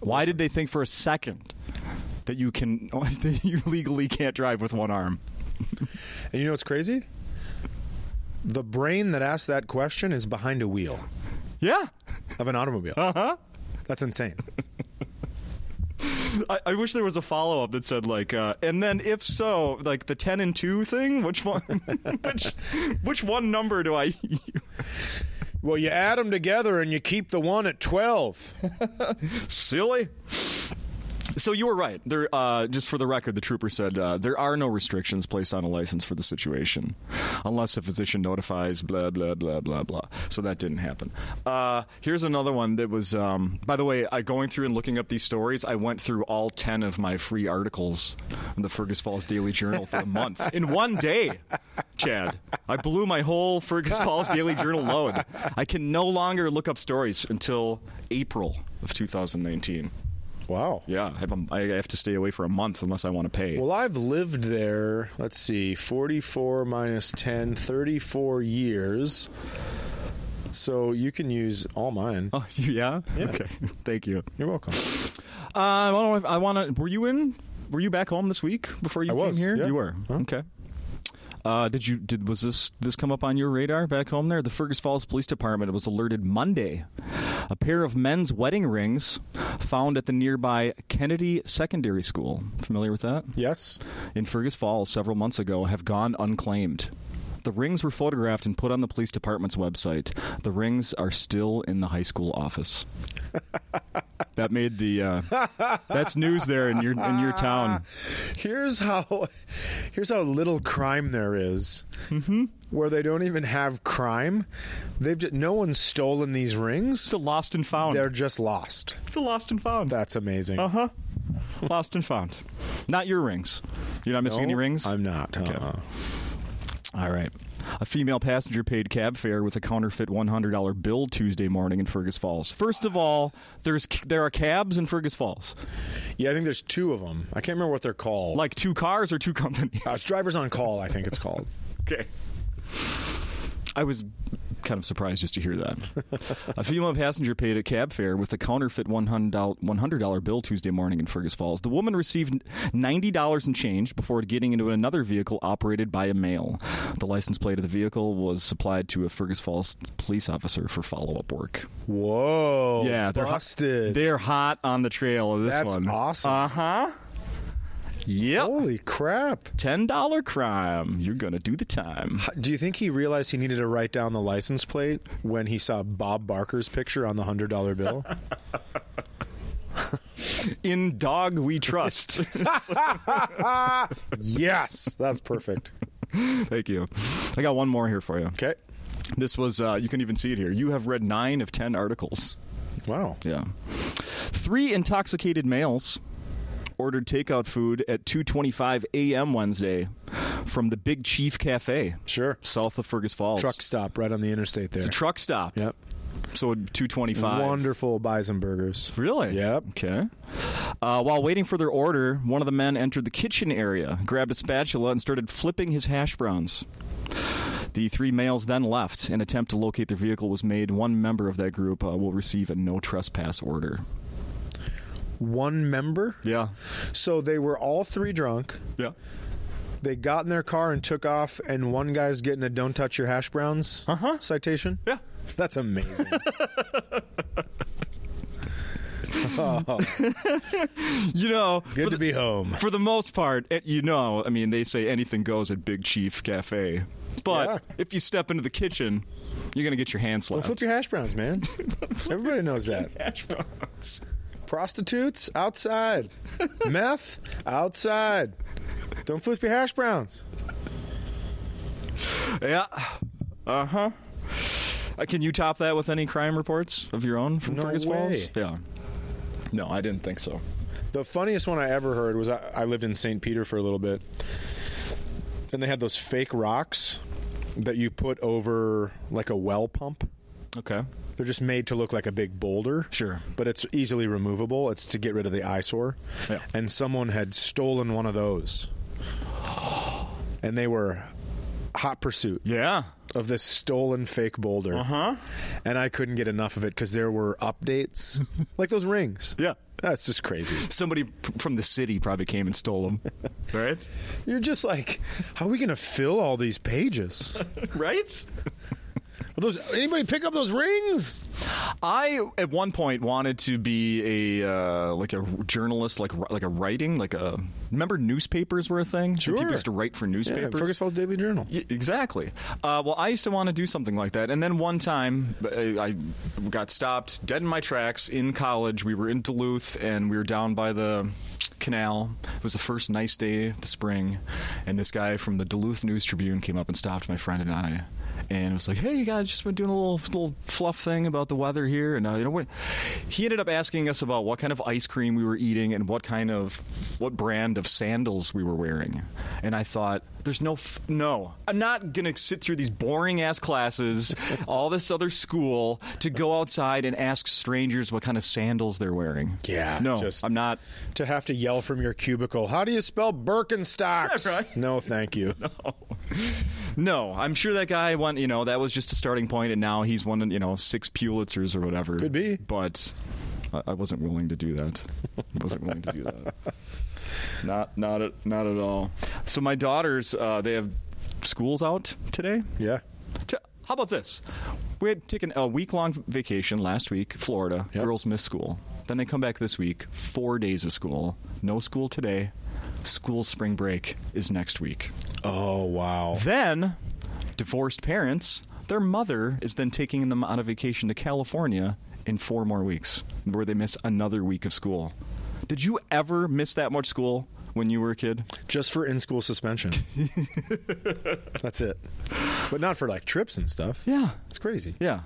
Speaker 1: Why did they think for a second that you can that you legally can't drive with one arm?
Speaker 2: And you know what's crazy? The brain that asked that question is behind a wheel
Speaker 1: Yeah,
Speaker 2: of an automobile.
Speaker 1: uh huh.
Speaker 2: That's insane.
Speaker 1: I, I wish there was a follow up that said like, uh, and then if so, like the ten and two thing. Which one? which which one number do I?
Speaker 2: Well, you add them together and you keep the one at 12.
Speaker 1: silly. So you were right. There, uh, just for the record, the trooper said uh, there are no restrictions placed on a license for the situation, unless a physician notifies. Blah blah blah blah blah. So that didn't happen. Uh, here's another one that was. Um, by the way, I going through and looking up these stories. I went through all ten of my free articles in the Fergus Falls Daily Journal for the month in one day. Chad, I blew my whole Fergus Falls Daily Journal load. I can no longer look up stories until April of 2019.
Speaker 2: Wow.
Speaker 1: Yeah, I have, a, I have to stay away for a month unless I want to pay.
Speaker 2: Well, I've lived there, let's see, 44 minus 10, 34 years. So you can use all mine.
Speaker 1: oh, you- yeah? Okay. Thank you.
Speaker 2: You're welcome.
Speaker 1: Uh, I want to. I wanna, were you in? Were you back home this week before you
Speaker 2: I
Speaker 1: came
Speaker 2: was,
Speaker 1: here?
Speaker 2: yeah.
Speaker 1: You were.
Speaker 2: Huh?
Speaker 1: Okay. Uh, did you did was this this come up on your radar back home there? The Fergus Falls Police Department was alerted Monday. A pair of men's wedding rings found at the nearby Kennedy Secondary School. Familiar with that?
Speaker 2: Yes.
Speaker 1: uh,
Speaker 2: Here's how here's how little crime there is.
Speaker 1: Mm-hmm.
Speaker 2: Where they don't even have crime. They've just, no one's stolen these rings.
Speaker 1: It's a lost and found.
Speaker 2: They're just lost.
Speaker 1: It's a lost and found.
Speaker 2: That's amazing.
Speaker 1: Uh huh. lost and found. Not your rings. You're not missing any
Speaker 2: No,
Speaker 1: rings.
Speaker 2: I'm not. uh-uh.
Speaker 1: All right. A female passenger paid cab fare with a counterfeit $100 bill Tuesday morning in Fergus Falls. First of all, there's there are cabs in Fergus Falls.
Speaker 2: Yeah, I think there's two of them. I can't remember what they're called.
Speaker 1: Like two cars or two companies.
Speaker 2: Uh, it's drivers on call, I think it's called.
Speaker 1: Okay. I was kind of surprised just to hear that. a female passenger paid a cab fare with a counterfeit $100, $100 bill Tuesday morning in Fergus Falls. The woman received $90 in change before getting into another vehicle operated by a male. The license plate of the vehicle was supplied to a Fergus Falls police officer for follow up work.
Speaker 2: Whoa!
Speaker 1: yeah, they're hot-
Speaker 2: busted.
Speaker 1: they're hot on the trail of this
Speaker 2: That's
Speaker 1: one.
Speaker 2: awesome.
Speaker 1: Uh huh. Yep.
Speaker 2: Holy crap!
Speaker 1: $10 crime. You're going to do the time.
Speaker 2: Do you think he realized he needed to write down the license plate when he saw Bob Barker's picture on the hundred dollar bill?
Speaker 1: In dog we trust.
Speaker 2: yes, that's perfect.
Speaker 1: Thank you. I got one more here for you.
Speaker 2: Okay.
Speaker 1: This was, uh, you can even see it here. You have read nine of ten articles.
Speaker 2: Wow.
Speaker 1: Yeah. Three intoxicated males ordered takeout food at 2.25 a.m. Wednesday from the Big Chief Cafe,
Speaker 2: Sure.
Speaker 1: south of Fergus Falls.
Speaker 2: Truck stop right on the interstate there.
Speaker 1: It's a truck stop.
Speaker 2: Yep.
Speaker 1: So 2.25.
Speaker 2: Wonderful bison burgers.
Speaker 1: Really?
Speaker 2: Yep.
Speaker 1: Okay. Uh, while waiting for their order, one of the men entered the kitchen area, grabbed a spatula, and started flipping his hash browns. The three males then left. An attempt to locate their vehicle was made. One member of that group uh, will receive a no trespass order.
Speaker 2: One member.
Speaker 1: Yeah.
Speaker 2: So they were all three drunk.
Speaker 1: Yeah.
Speaker 2: They got in their car and took off, and one guy's getting a "Don't touch your hash browns"
Speaker 1: Uh-huh.
Speaker 2: citation.
Speaker 1: Yeah.
Speaker 2: That's amazing. Oh,
Speaker 1: You know,
Speaker 2: good to be home.
Speaker 1: for the most part, eh, you know, I mean, they say anything goes at Big Chief Cafe. But
Speaker 2: Yeah.
Speaker 1: if you step into the kitchen, you're going to get your hands slapped.
Speaker 2: Flip your hash browns, man. Everybody knows that.
Speaker 1: hash browns.
Speaker 2: Prostitutes outside, meth outside. Don't flip your hash browns.
Speaker 1: Yeah. Uh huh. Uh, can you top that with any crime reports of your own from
Speaker 2: No
Speaker 1: Fergus Falls?
Speaker 2: way.
Speaker 1: Yeah. No, I didn't think so.
Speaker 2: The funniest one I ever heard was I, I lived in St. Peter for a little bit, and they had those fake rocks that you put over like a well pump.
Speaker 1: Okay.
Speaker 2: They're just made to look like a big boulder.
Speaker 1: Sure.
Speaker 2: But it's easily removable. It's to get rid of the eyesore.
Speaker 1: Yeah.
Speaker 2: And someone had stolen one of those. And they were hot pursuit
Speaker 1: Yeah.
Speaker 2: of this stolen fake boulder.
Speaker 1: Huh?
Speaker 2: And I couldn't get enough of it because there were updates like those rings.
Speaker 1: Yeah.
Speaker 2: That's just crazy.
Speaker 1: Somebody p- from the city probably came and stole them. right?
Speaker 2: You're just like, how are we going to fill all these pages? Are
Speaker 1: Right?
Speaker 2: those anybody pick up those rings?
Speaker 1: I at one point wanted to be a uh, like a journalist, like like a writing, like a remember newspapers were a thing. Sure, people used to write for
Speaker 2: Yeah,
Speaker 1: newspapers.
Speaker 2: Fergus Falls Daily Journal.
Speaker 1: Y- Exactly. Uh, well, I used to want to do something like that, and then one time uh, I, I got stopped dead in my tracks in college. We were in Duluth, and we were down by the canal. It was the first nice day of the spring, and this guy from the Duluth News Tribune came up and stopped my friend and I, and was like, "Hey, you guys, just been doing a little little fluff thing about the weather here, and uh, you know what?" He ended up asking us about what kind of ice cream we were eating and what kind of what brand of sandals we were wearing, and I thought, "There's no f- no, I'm not gonna sit through these boring ass classes, all this other school to go outside and ask strangers what kind of sandals they're wearing."
Speaker 2: Yeah,
Speaker 1: no,
Speaker 2: just-
Speaker 1: I'm not.
Speaker 2: To have to yell from your cubicle, how do you spell Birkenstocks?
Speaker 1: Yeah, right.
Speaker 2: No, thank you.
Speaker 1: No, I'm sure that guy went. You know, that was just a starting point, and now he's won. You know, six Pulitzers or whatever.
Speaker 2: Could be.
Speaker 1: but I, I wasn't willing to do that. I wasn't willing to do that. Not, not, at, not at all. So my daughters, uh, they have schools out today.
Speaker 2: Yeah.
Speaker 1: T- How about this? We had taken a week long vacation last week, Florida.
Speaker 2: Yep.
Speaker 1: Girls miss school. Then they come back this week, four days of school. No school today. School spring break is next week.
Speaker 2: Oh wow.
Speaker 1: Then, divorced parents, their mother is then taking them on a vacation to California in four more weeks, where they miss another week of school. Did you ever miss that much school when you were a kid?
Speaker 2: Just for in school suspension. That's it. But not for like trips and stuff.
Speaker 1: Yeah.
Speaker 2: It's crazy.
Speaker 1: Yeah.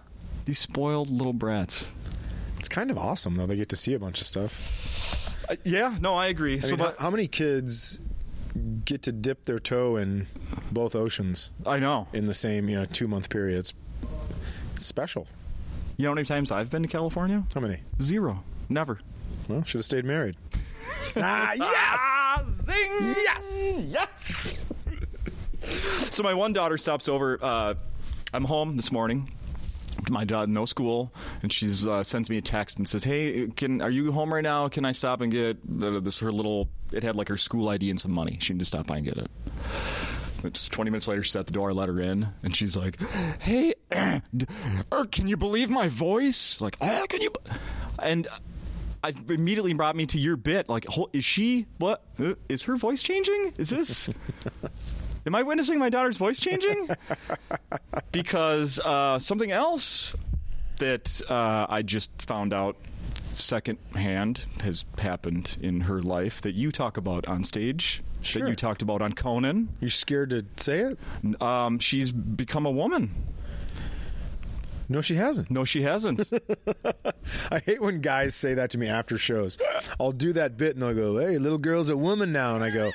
Speaker 1: These spoiled little brats.
Speaker 2: It's kind of awesome though. They get to see a bunch of stuff.
Speaker 1: Uh, yeah, no, I agree.
Speaker 2: I
Speaker 1: so,
Speaker 2: mean,
Speaker 1: but,
Speaker 2: how, how many kids get to dip their toe in both oceans
Speaker 1: I know.
Speaker 2: in the same, you know, two month period? It's, it's special.
Speaker 1: You know how many times I've been to California?
Speaker 2: How many?
Speaker 1: Zero. Never.
Speaker 2: Well, should have stayed married. ah,
Speaker 1: Ah, zing! Yes! Yes! so my one daughter stops over. Uh, I'm home this morning. My daughter, no school, and she uh, sends me a text and says, "Hey, can are you home right now? Can I stop and get uh, this? Her little it had like her school ID and some money. She needed to stop by and get it." It's 20 minutes later, she's at the door. I let her in, and she's like, "Hey, d- er, can you believe my voice? Like, oh, can you?" b-" And uh, I immediately brought me to your bit. Like, ho- is she what? Uh, Is her voice changing? Is this? Am I witnessing my daughter's voice changing? because uh, something else that uh, I just found out secondhand has happened in her life that you talk about on stage,
Speaker 2: Sure.
Speaker 1: that you talked about on Conan
Speaker 2: You scared to say it?
Speaker 1: um, she's become a woman.
Speaker 2: No, she hasn't.
Speaker 1: No, she hasn't.
Speaker 2: I hate when guys say that to me after shows. I'll do that bit and they'll go, "Hey, little girl's a woman now," and I go,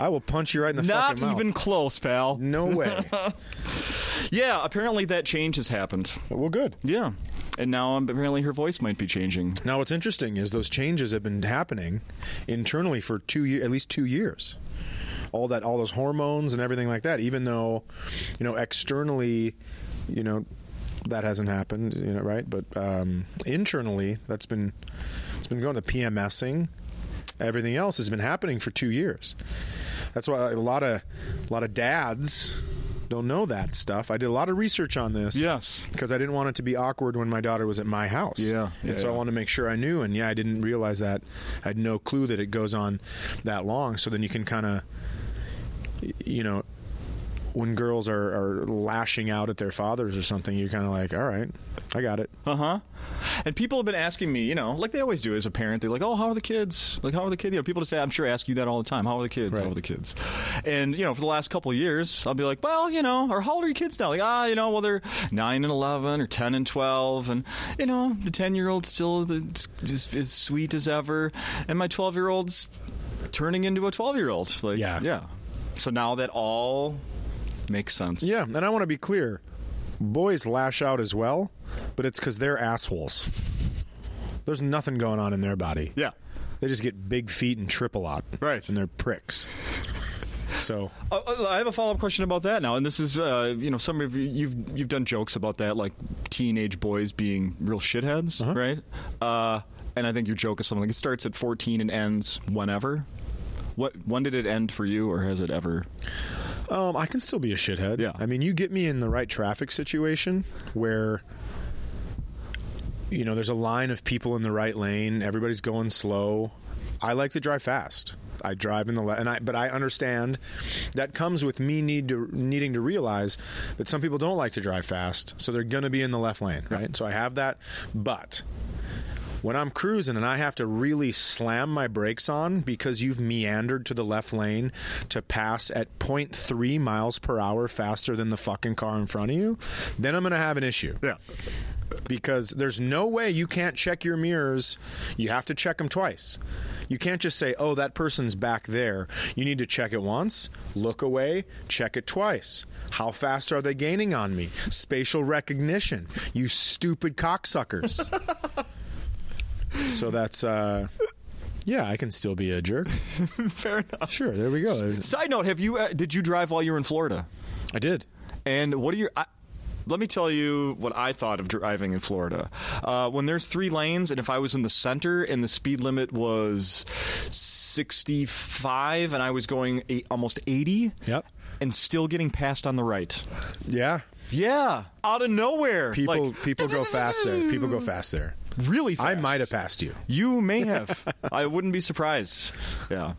Speaker 2: "I will punch you right in the
Speaker 1: Not
Speaker 2: fucking mouth."
Speaker 1: even close, pal.
Speaker 2: No way.
Speaker 1: Yeah, apparently that change has happened.
Speaker 2: well, good.
Speaker 1: Yeah. And now um, apparently her voice might be changing.
Speaker 2: Now, what's interesting is those changes have been happening internally for two ye- at least two years. all that all those hormones and everything like that even though you know externally you know that hasn't happened you know right but um internally that's been it's been going to PMSing everything else has been happening for 2 years that's why a lot of a lot of dads don't know that stuff. I did a lot of research on this.
Speaker 1: Yes.
Speaker 2: Because I didn't want it to be awkward when my daughter was at my house.
Speaker 1: Yeah,
Speaker 2: And
Speaker 1: yeah,
Speaker 2: so I
Speaker 1: yeah.
Speaker 2: wanted to make sure I knew. And yeah, I didn't realize that. I had no clue that it goes on that long. So then you can kind of, you know, when girls are, are lashing out at their fathers or something, you're kind of like, all right, I got it.
Speaker 1: Uh huh. And people have been asking me, you know, like they always do as a parent. They're like, "Oh, how are the kids? Like, how are the kids?" You know, people just, I'm sure, ask you that all the time. How are the kids?
Speaker 2: Right.
Speaker 1: How are the kids? And you know, for the last couple of years, I'll be like, "Well, you know, or how old are your kids now?" Like, ah, you know, well, they're nine and eleven, or ten and twelve, and you know, the ten-year-old still is is as sweet as ever, and my twelve-year-old's turning into a twelve-year-old. Like,
Speaker 2: Yeah.
Speaker 1: yeah. So now that all makes sense.
Speaker 2: Yeah. And I want to be clear boys lash out as well, but it's because they're assholes. There's nothing going on in their body.
Speaker 1: Yeah.
Speaker 2: They just get big feet and trip a lot.
Speaker 1: Right.
Speaker 2: And they're pricks. So
Speaker 1: Uh, uh, I have a follow up question about that now, and this is uh, you know some of you, you've you've done jokes about that, like teenage boys being real shitheads, right? Uh, and I think your joke is something like it starts at fourteen and ends whenever. What when did it end for you, or has it ever?
Speaker 2: um, I can still be a shithead.
Speaker 1: Yeah.
Speaker 2: I mean, you get me in the right traffic situation where you know there's a line of people in the right lane. Everybody's going slow. I like to drive fast. I drive in the left, and I but I understand that comes with me need to needing to realize that some people don't like to drive fast, so they're going to be in the left lane, right? So I have that, but when I'm cruising and I have to really slam my brakes on because you've meandered to the left lane to pass at 0.3 miles per hour faster than the fucking car in front of you, then I'm going to have an issue
Speaker 1: Yeah,
Speaker 2: because there's no way you can't check your mirrors. You have to check them twice. You can't just say, "Oh, that person's back there." You need to check it once, look away, check it twice. How fast are they gaining on me? Spatial recognition. You stupid cocksuckers. so that's uh yeah, I can still be a jerk.
Speaker 1: fair enough.
Speaker 2: Sure, there we go.
Speaker 1: Side note: Have you uh, did you drive while you were in Florida?
Speaker 2: I did.
Speaker 1: And what are your? I, let me tell you what I thought of driving in Florida. Uh, when there's three lanes, and if I was in the center and the speed limit was 65, and I was going eight, almost 80,
Speaker 2: Yep.
Speaker 1: and still getting passed on the right.
Speaker 2: Yeah.
Speaker 1: Yeah, out of nowhere.
Speaker 2: People
Speaker 1: Like,
Speaker 2: people go fast there. People go fast there.
Speaker 1: really fast.
Speaker 2: I might have passed you.
Speaker 1: You may have. I wouldn't be surprised. Yeah.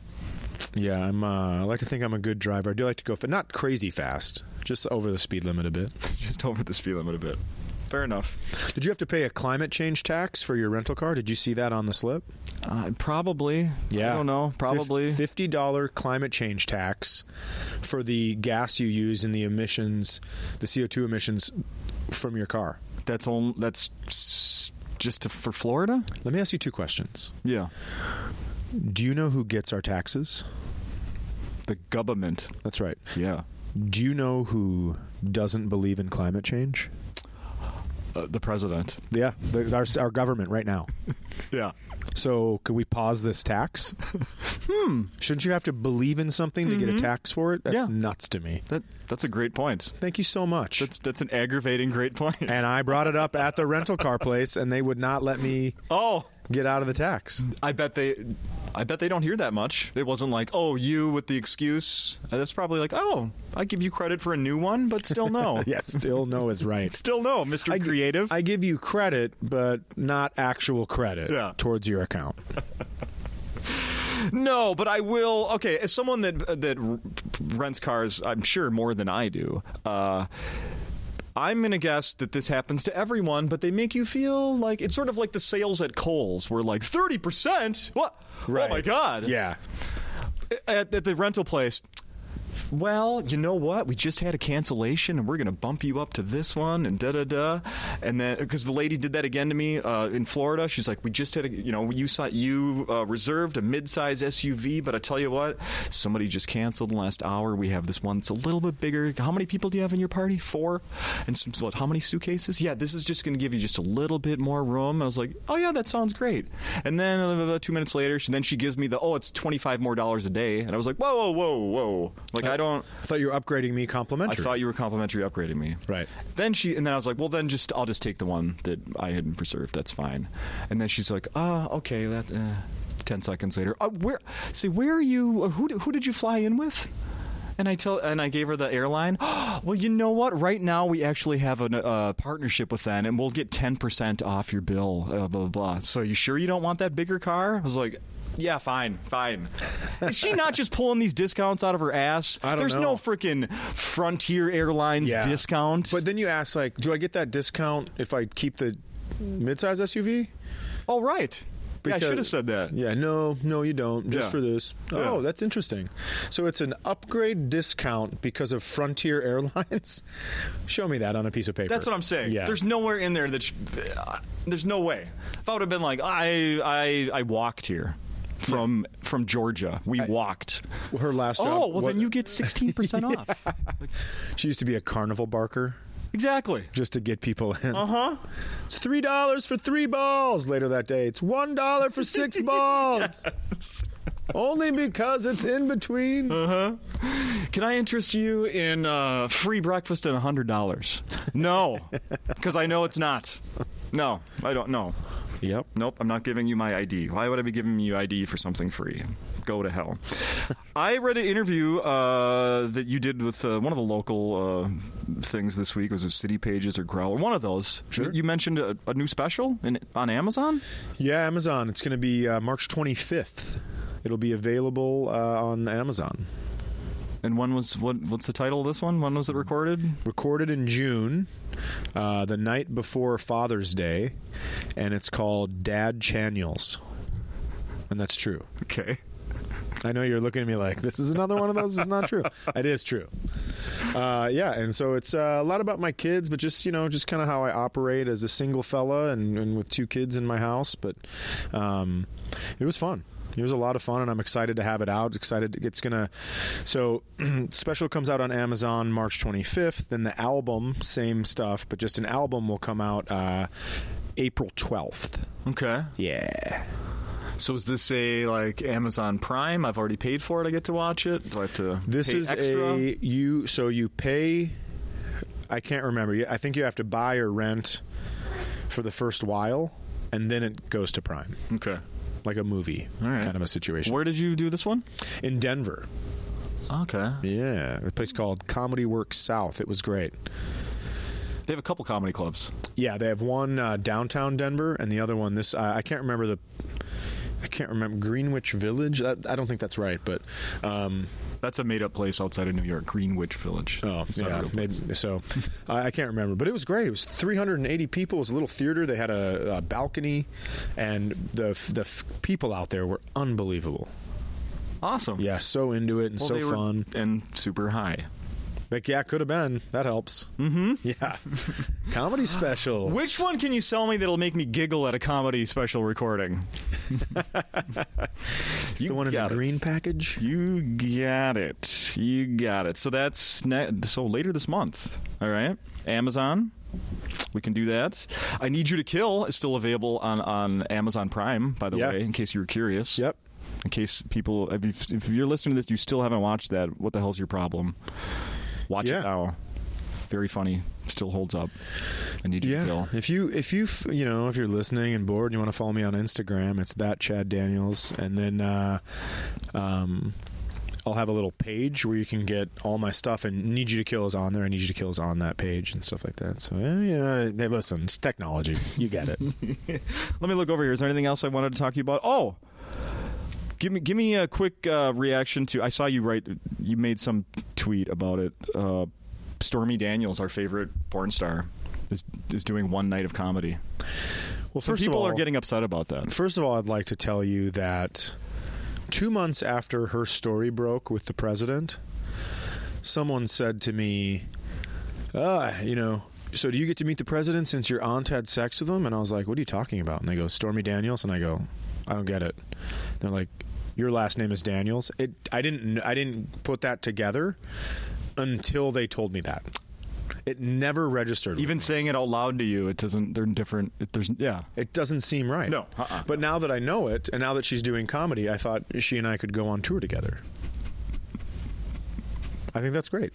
Speaker 2: Yeah, I'm. Uh, I like to think I'm a good driver. I do like to go fa- not crazy fast, just over the speed limit a bit.
Speaker 1: Just over the speed limit a bit. Fair enough.
Speaker 2: Did you have to pay a climate change tax for your rental car? Did you see that on the slip?
Speaker 1: Uh, probably. I don't know.
Speaker 2: Fif-
Speaker 1: Probably.
Speaker 2: fifty dollar climate change tax for the gas you use and the emissions, the CO two emissions from your car.
Speaker 1: That's on. That's s- just to, for Florida.
Speaker 2: Let me ask you two questions.
Speaker 1: Yeah,
Speaker 2: Do you know who gets our taxes?
Speaker 1: the government.
Speaker 2: That's right.
Speaker 1: Yeah,
Speaker 2: Do you know who doesn't believe in climate change?
Speaker 1: uh, the president.
Speaker 2: Yeah, the, our, our government right now.
Speaker 1: Yeah,
Speaker 2: So, could we pause this tax? hmm. Shouldn't you have to believe in something to get a tax for it? That's
Speaker 1: Mm-hmm. Yeah.
Speaker 2: nuts to me.
Speaker 1: that that's a great point.
Speaker 2: Thank you so much.
Speaker 1: That's that's an aggravating great point.
Speaker 2: and I brought it up at the rental car place, and they would not let me
Speaker 1: oh,
Speaker 2: get out of the tax.
Speaker 1: I bet they, I bet they don't hear that much. It wasn't like oh you with the excuse. Uh, That's probably like oh I give you credit for a new one, but still no.
Speaker 2: Yeah, still no is right.
Speaker 1: still no, Mister
Speaker 2: gi-
Speaker 1: Creative.
Speaker 2: I give you credit, but not actual credit
Speaker 1: Yeah. Oh
Speaker 2: towards your account.
Speaker 1: No, but I will. Okay, as someone that that r- rents cars, I'm sure more than I do. Uh, I'm gonna guess that this happens to everyone, but they make you feel like it's sort of like the sales at Kohl's, where like thirty percent. What? Oh my
Speaker 2: Right.
Speaker 1: god!
Speaker 2: Yeah.
Speaker 1: At, at the rental place, well, you know what? We just had a cancellation, and we're going to bump you up to this one, and da da da. And then, because the lady did that again to me uh, in Florida, she's like, "We just had, a, you know, you saw, you uh, reserved a mid-size SUV, but I tell you what, somebody just canceled in the last hour. We have this one; it's a little bit bigger. How many people do you have in your party? Four, and some, what? How many suitcases? Yeah, this is just going to give you just a little bit more room." And I was like, "Oh yeah, that sounds great." And then uh, about two minutes later, she, then she gives me the, "Oh, it's twenty-five more dollars a day," and I was like, "Whoa, whoa, whoa, whoa!" Like I don't.
Speaker 2: I thought you were upgrading me
Speaker 1: I
Speaker 2: complimentary.
Speaker 1: thought you were complimentary upgrading me.
Speaker 2: Right.
Speaker 1: Then she and then I was like, well, then just I'll just take the one that I had reserved. That's fine. And then she's like, ah, okay. That. Uh, Ten seconds later, uh, where? See, where are you? uh, Who d- who did you fly in with? And I tell and I gave her the airline. well, you know what? Right now we actually have a uh, partnership with them, and we'll get ten percent off your bill. Uh, blah blah blah. So you sure you don't want that bigger car? I was like. Yeah, fine, fine. Is she not just pulling these discounts out of her ass?
Speaker 2: I don't
Speaker 1: There's
Speaker 2: know.
Speaker 1: no freaking Frontier Airlines
Speaker 2: Yeah.
Speaker 1: discount.
Speaker 2: But then you ask, like, do I get that discount if I keep the midsize SUV?
Speaker 1: oh, right. yeah, I should have
Speaker 2: Because-
Speaker 1: said that.
Speaker 2: Yeah, no, no, you don't. Just
Speaker 1: Yeah.
Speaker 2: for this.
Speaker 1: Yeah.
Speaker 2: Oh, that's interesting. So it's an upgrade discount because of Frontier Airlines. Show me that on a piece of paper.
Speaker 1: That's what I'm saying.
Speaker 2: Yeah.
Speaker 1: There's nowhere in there that sh- uh, there's no way. If I would have been like, I I I walked here from from Georgia. We walked.
Speaker 2: Her last job.
Speaker 1: Oh, well
Speaker 2: what-
Speaker 1: then you get 16% off.
Speaker 2: She used to be a carnival barker
Speaker 1: Exactly.
Speaker 2: just to get people in.
Speaker 1: Uh-huh.
Speaker 2: It's three dollars for three balls. Later that day, it's one dollar for six balls. Only because it's in between.
Speaker 1: Uh-huh. Can I interest you in uh, free breakfast and $100? No. Cuz I know it's not. No, I don't know.
Speaker 2: Yep.
Speaker 1: Nope, I'm not giving you my ID. Why would I be giving you ID for something free? Go to hell. I read an interview uh, that you did with uh, one of the local uh, things this week. Was it City Pages or Growler? One of those.
Speaker 2: Sure.
Speaker 1: You mentioned a, a new special in, on Amazon.
Speaker 2: Yeah, Amazon. It's going to be uh, March 25th. It'll be available uh, on Amazon.
Speaker 1: And when was what? What's the title of this one? When was it recorded?
Speaker 2: recorded in June, uh, the night before Father's Day, and it's called Dad Channels. And that's true.
Speaker 1: Okay.
Speaker 2: I know you're looking at me like this is another one of those. Is not true. It is true. Uh, yeah, and so it's uh, a lot about my kids, but just you know, just kind of how I operate as a single fella and, and with two kids in my house. But um, it was fun. It was a lot of fun, and I'm excited to have it out. Excited, it's gonna. So, special comes out on Amazon March 25th. Then the album, same stuff, but just an album will come out uh, April 12th.
Speaker 1: Okay.
Speaker 2: Yeah.
Speaker 1: So is this a like Amazon Prime? I've already paid for it. I get to watch it. Do I have to?
Speaker 2: This
Speaker 1: pay
Speaker 2: is
Speaker 1: extra?
Speaker 2: a you. So you pay. I can't remember. You- I think you have to buy or rent for the first while, and then it goes to Prime,
Speaker 1: okay.
Speaker 2: like a movie
Speaker 1: All right.
Speaker 2: kind of a situation.
Speaker 1: Where did you do this one?
Speaker 2: in Denver,
Speaker 1: Okay.
Speaker 2: yeah, a place called Comedy Works South. It was great.
Speaker 1: They have a couple comedy clubs.
Speaker 2: Yeah, they have one uh, downtown Denver, and the other one this uh, I can't remember the. I can't remember Greenwich Village. I, I don't think that's right, but um,
Speaker 1: That's a made up place outside of New York, Greenwich Village.
Speaker 2: Oh,
Speaker 1: It's not a
Speaker 2: yeah,
Speaker 1: real place.
Speaker 2: maybe so. I, I can't remember, but it was great. It was 380 people. It was a little theater. They had a, a balcony, and the f- the f- people out there were unbelievable.
Speaker 1: Awesome.
Speaker 2: Yeah, so into it and
Speaker 1: Well,
Speaker 2: so
Speaker 1: they were-
Speaker 2: fun.
Speaker 1: and super high.
Speaker 2: Like, yeah, could have been. That helps. Mm-hmm. Yeah, comedy special.
Speaker 1: Which one can you sell me that'll make me giggle at a comedy special recording?
Speaker 2: It's the
Speaker 1: you
Speaker 2: one in the
Speaker 1: got it.
Speaker 2: green package.
Speaker 1: You got it. You got it. So that's ne- so later this month. All right, Amazon. We can do that. I Need You to Kill is still available on, on Amazon Prime, by the
Speaker 2: Yeah.
Speaker 1: way, in case you were curious.
Speaker 2: Yep.
Speaker 1: In case people, if, you if you're listening to this, you still haven't watched that, what the hell's your problem? Watch
Speaker 2: Yeah.
Speaker 1: it now. Very funny. Still holds up. I Need You to
Speaker 2: Yeah.
Speaker 1: Kill.
Speaker 2: If you if you f- you know if you're listening and bored and you want to follow me on Instagram, it's that Chad Daniels, and then uh, um, I'll have a little page where you can get all my stuff. And Need You to Kill is on there. I Need You to Kill is on that page and stuff like that. So yeah, yeah they listen. It's technology. You get it.
Speaker 1: Let me look over here. Is there anything else I wanted to talk to you about? Oh, give me give me a quick uh, reaction to. I saw you write. You made some tweet about it. Uh, Stormy Daniels, our favorite porn star, is is doing one night of comedy.
Speaker 2: well,
Speaker 1: Some
Speaker 2: first
Speaker 1: people
Speaker 2: of all,
Speaker 1: are getting upset about that.
Speaker 2: First of all, I'd like to tell you that two months after her story broke with the president, someone said to me, ah, you know, so do you get to meet the president since your aunt had sex with him? And I was like, what are you talking about? And they go, Stormy Daniels. And I go, I don't get it. They're like, your last name is Daniels. It, I didn't, I didn't put that together until they told me that. It never registered. with
Speaker 1: Even saying it out loud to you, it doesn't. They're different. It, there's yeah.
Speaker 2: It doesn't seem right.
Speaker 1: No, uh-uh.
Speaker 2: But now that I know it, and now that she's doing comedy, I thought she and I could go on tour together. I think that's great.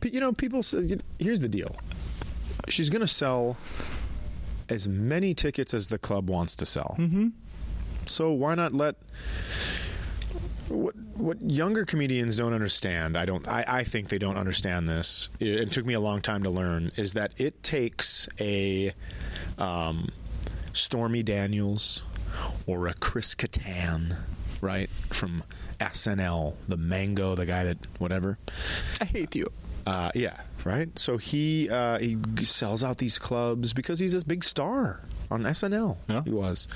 Speaker 2: but you know, people. s- you- Here's the deal. She's going to sell as many tickets as the club wants to sell. Mm-hmm. So why not let what what younger comedians don't understand i don't i, I think they don't understand this it, it took me a long time to learn is that it takes a um, stormy daniels or a chris Kattan, right from snl the mango the guy that whatever
Speaker 1: I hate you.
Speaker 2: uh, yeah, right. So he uh, he g- sells out these clubs because he's this big star on SNL.
Speaker 1: Yeah.
Speaker 2: He was,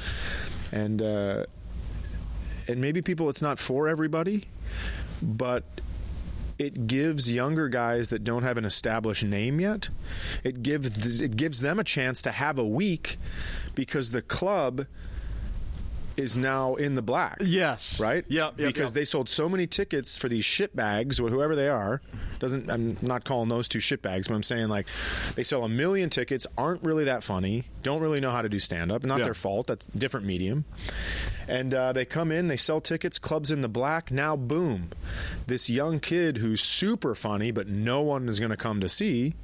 Speaker 2: and uh, and maybe people, it's not for everybody, but it gives younger guys that don't have an established name yet, it gives it gives them a chance to have a week because the club is now in the black
Speaker 1: Yes.
Speaker 2: right?
Speaker 1: Yep. yep
Speaker 2: because
Speaker 1: yep.
Speaker 2: they sold so many tickets for these shit bags, or whoever they are. Doesn't I'm not calling those two shit bags, but I'm saying like they sell a million tickets, aren't really that funny, don't really know how to do stand up. Not
Speaker 1: Yeah.
Speaker 2: their fault. That's a different medium. And uh, they come in, they sell tickets. Clubs in the black. Now, boom, this young kid who's super funny, but no one is going to come to see.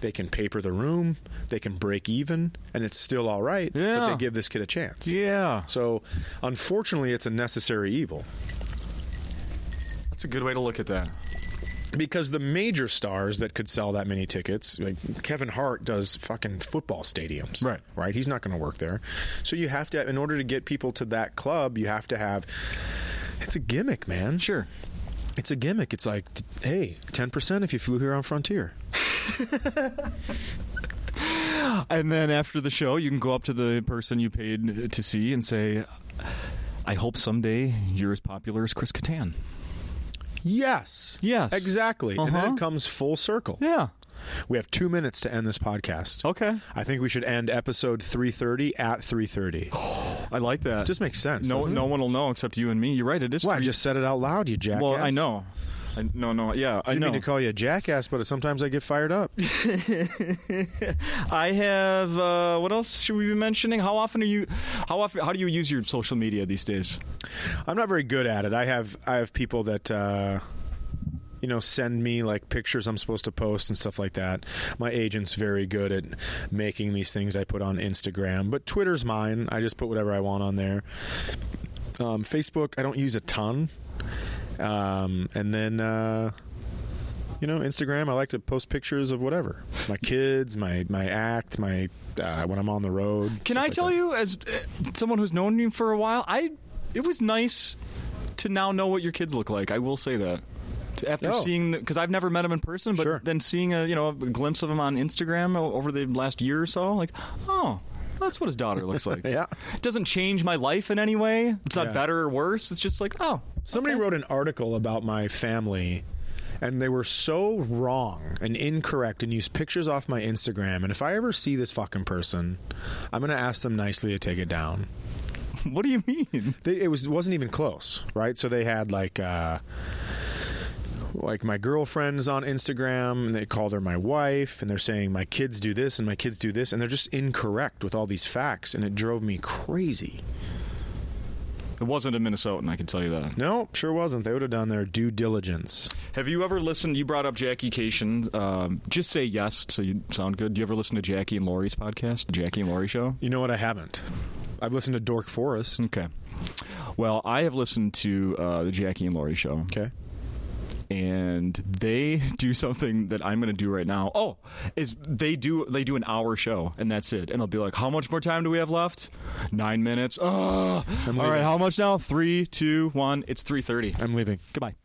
Speaker 2: They can paper the room. They can break even, and it's still all right. But
Speaker 1: Yeah.
Speaker 2: they give this kid a chance.
Speaker 1: Yeah.
Speaker 2: So, unfortunately, it's a necessary evil
Speaker 1: That's a good way to look at that.
Speaker 2: because the major stars that could sell that many tickets, like Kevin Hart, does fucking football stadiums,
Speaker 1: Right.
Speaker 2: Right? He's not going to work there. So you have to, in order to get people to that club, you have to have. It's a gimmick, man.
Speaker 1: Sure.
Speaker 2: It's a gimmick. It's like, hey, ten percent if you flew here on Frontier.
Speaker 1: And then after the show, you can go up to the person you paid to see and say, "I hope someday you're as popular as Chris Kattan."
Speaker 2: Yes.
Speaker 1: Yes.
Speaker 2: Exactly. And then
Speaker 1: Uh-huh.
Speaker 2: it comes full circle.
Speaker 1: Yeah.
Speaker 2: We have two minutes to end this podcast.
Speaker 1: Okay.
Speaker 2: I think we should end episode three thirty at three thirty.
Speaker 1: I like that.
Speaker 2: Just makes sense.
Speaker 1: Oh. no,
Speaker 2: doesn't it?
Speaker 1: no one will know except you and me. You're right. It is.
Speaker 2: Well, I
Speaker 1: three-
Speaker 2: just said it out loud, you jackass.
Speaker 1: Well, I know. I, no, no. Yeah, I
Speaker 2: Didn't
Speaker 1: know.
Speaker 2: mean to call you a jackass, but sometimes I get fired up.
Speaker 1: I have. Uh, what else should we be mentioning? How often are you? How often? How do you use your social media these days?
Speaker 2: I'm not very good at it. I have I have people that uh, you know send me like pictures I'm supposed to post and stuff like that. My agent's very good at making these things I put on Instagram, but Twitter's mine. I just put whatever I want on there. Um, Facebook I don't use a ton, um, and then. Uh, you know, Instagram. I like to post pictures of whatever my kids, my my act, my uh, when I'm on the road.
Speaker 1: Can
Speaker 2: stuff
Speaker 1: I
Speaker 2: like
Speaker 1: tell
Speaker 2: that.
Speaker 1: you, as uh, someone who's known you for a while, I it was nice to now know what your kids look like. I will say that after
Speaker 2: Oh.
Speaker 1: seeing because I've never met him in person, but
Speaker 2: Sure.
Speaker 1: then seeing a you know a glimpse of him on Instagram o- over the last year or so, like oh. That's what his daughter looks like.
Speaker 2: Yeah.
Speaker 1: It doesn't change my life in any way. It's not
Speaker 2: Yeah.
Speaker 1: better or worse. It's just like, oh,
Speaker 2: Somebody wrote an article about my family, and they were so wrong and incorrect and used pictures off my Instagram. And if I ever see this fucking person, I'm going to ask them nicely to take it down.
Speaker 1: what do you mean?
Speaker 2: They, it was wasn't even close, right? So they had like uh, like my girlfriend's on Instagram, and they called her my wife, and they're saying my kids do this and my kids do this, and they're just incorrect with all these facts, and it drove me crazy.
Speaker 1: It wasn't a Minnesotan, I can tell you that.
Speaker 2: No, sure wasn't. They would have done their due diligence.
Speaker 1: Have you ever listened? You brought up Jackie Cation. Um, just say yes, so you sound good. Do you ever listen to Jackie and Laurie's podcast, the Jackie and Laurie Show?
Speaker 2: You know what? I haven't. I've listened to Dork Forest.
Speaker 1: Okay. Well, I have listened to uh, the Jackie and Laurie Show,
Speaker 2: Okay.
Speaker 1: and they do something that I'm going to do right now. Oh, is they do they do an hour show, and that's it. And they'll be like, "How much more time do we have left? Nine minutes. Oh, all
Speaker 2: leaving.
Speaker 1: right. How much now? Three, two, one. It's three thirty.
Speaker 2: I'm leaving.
Speaker 1: Goodbye."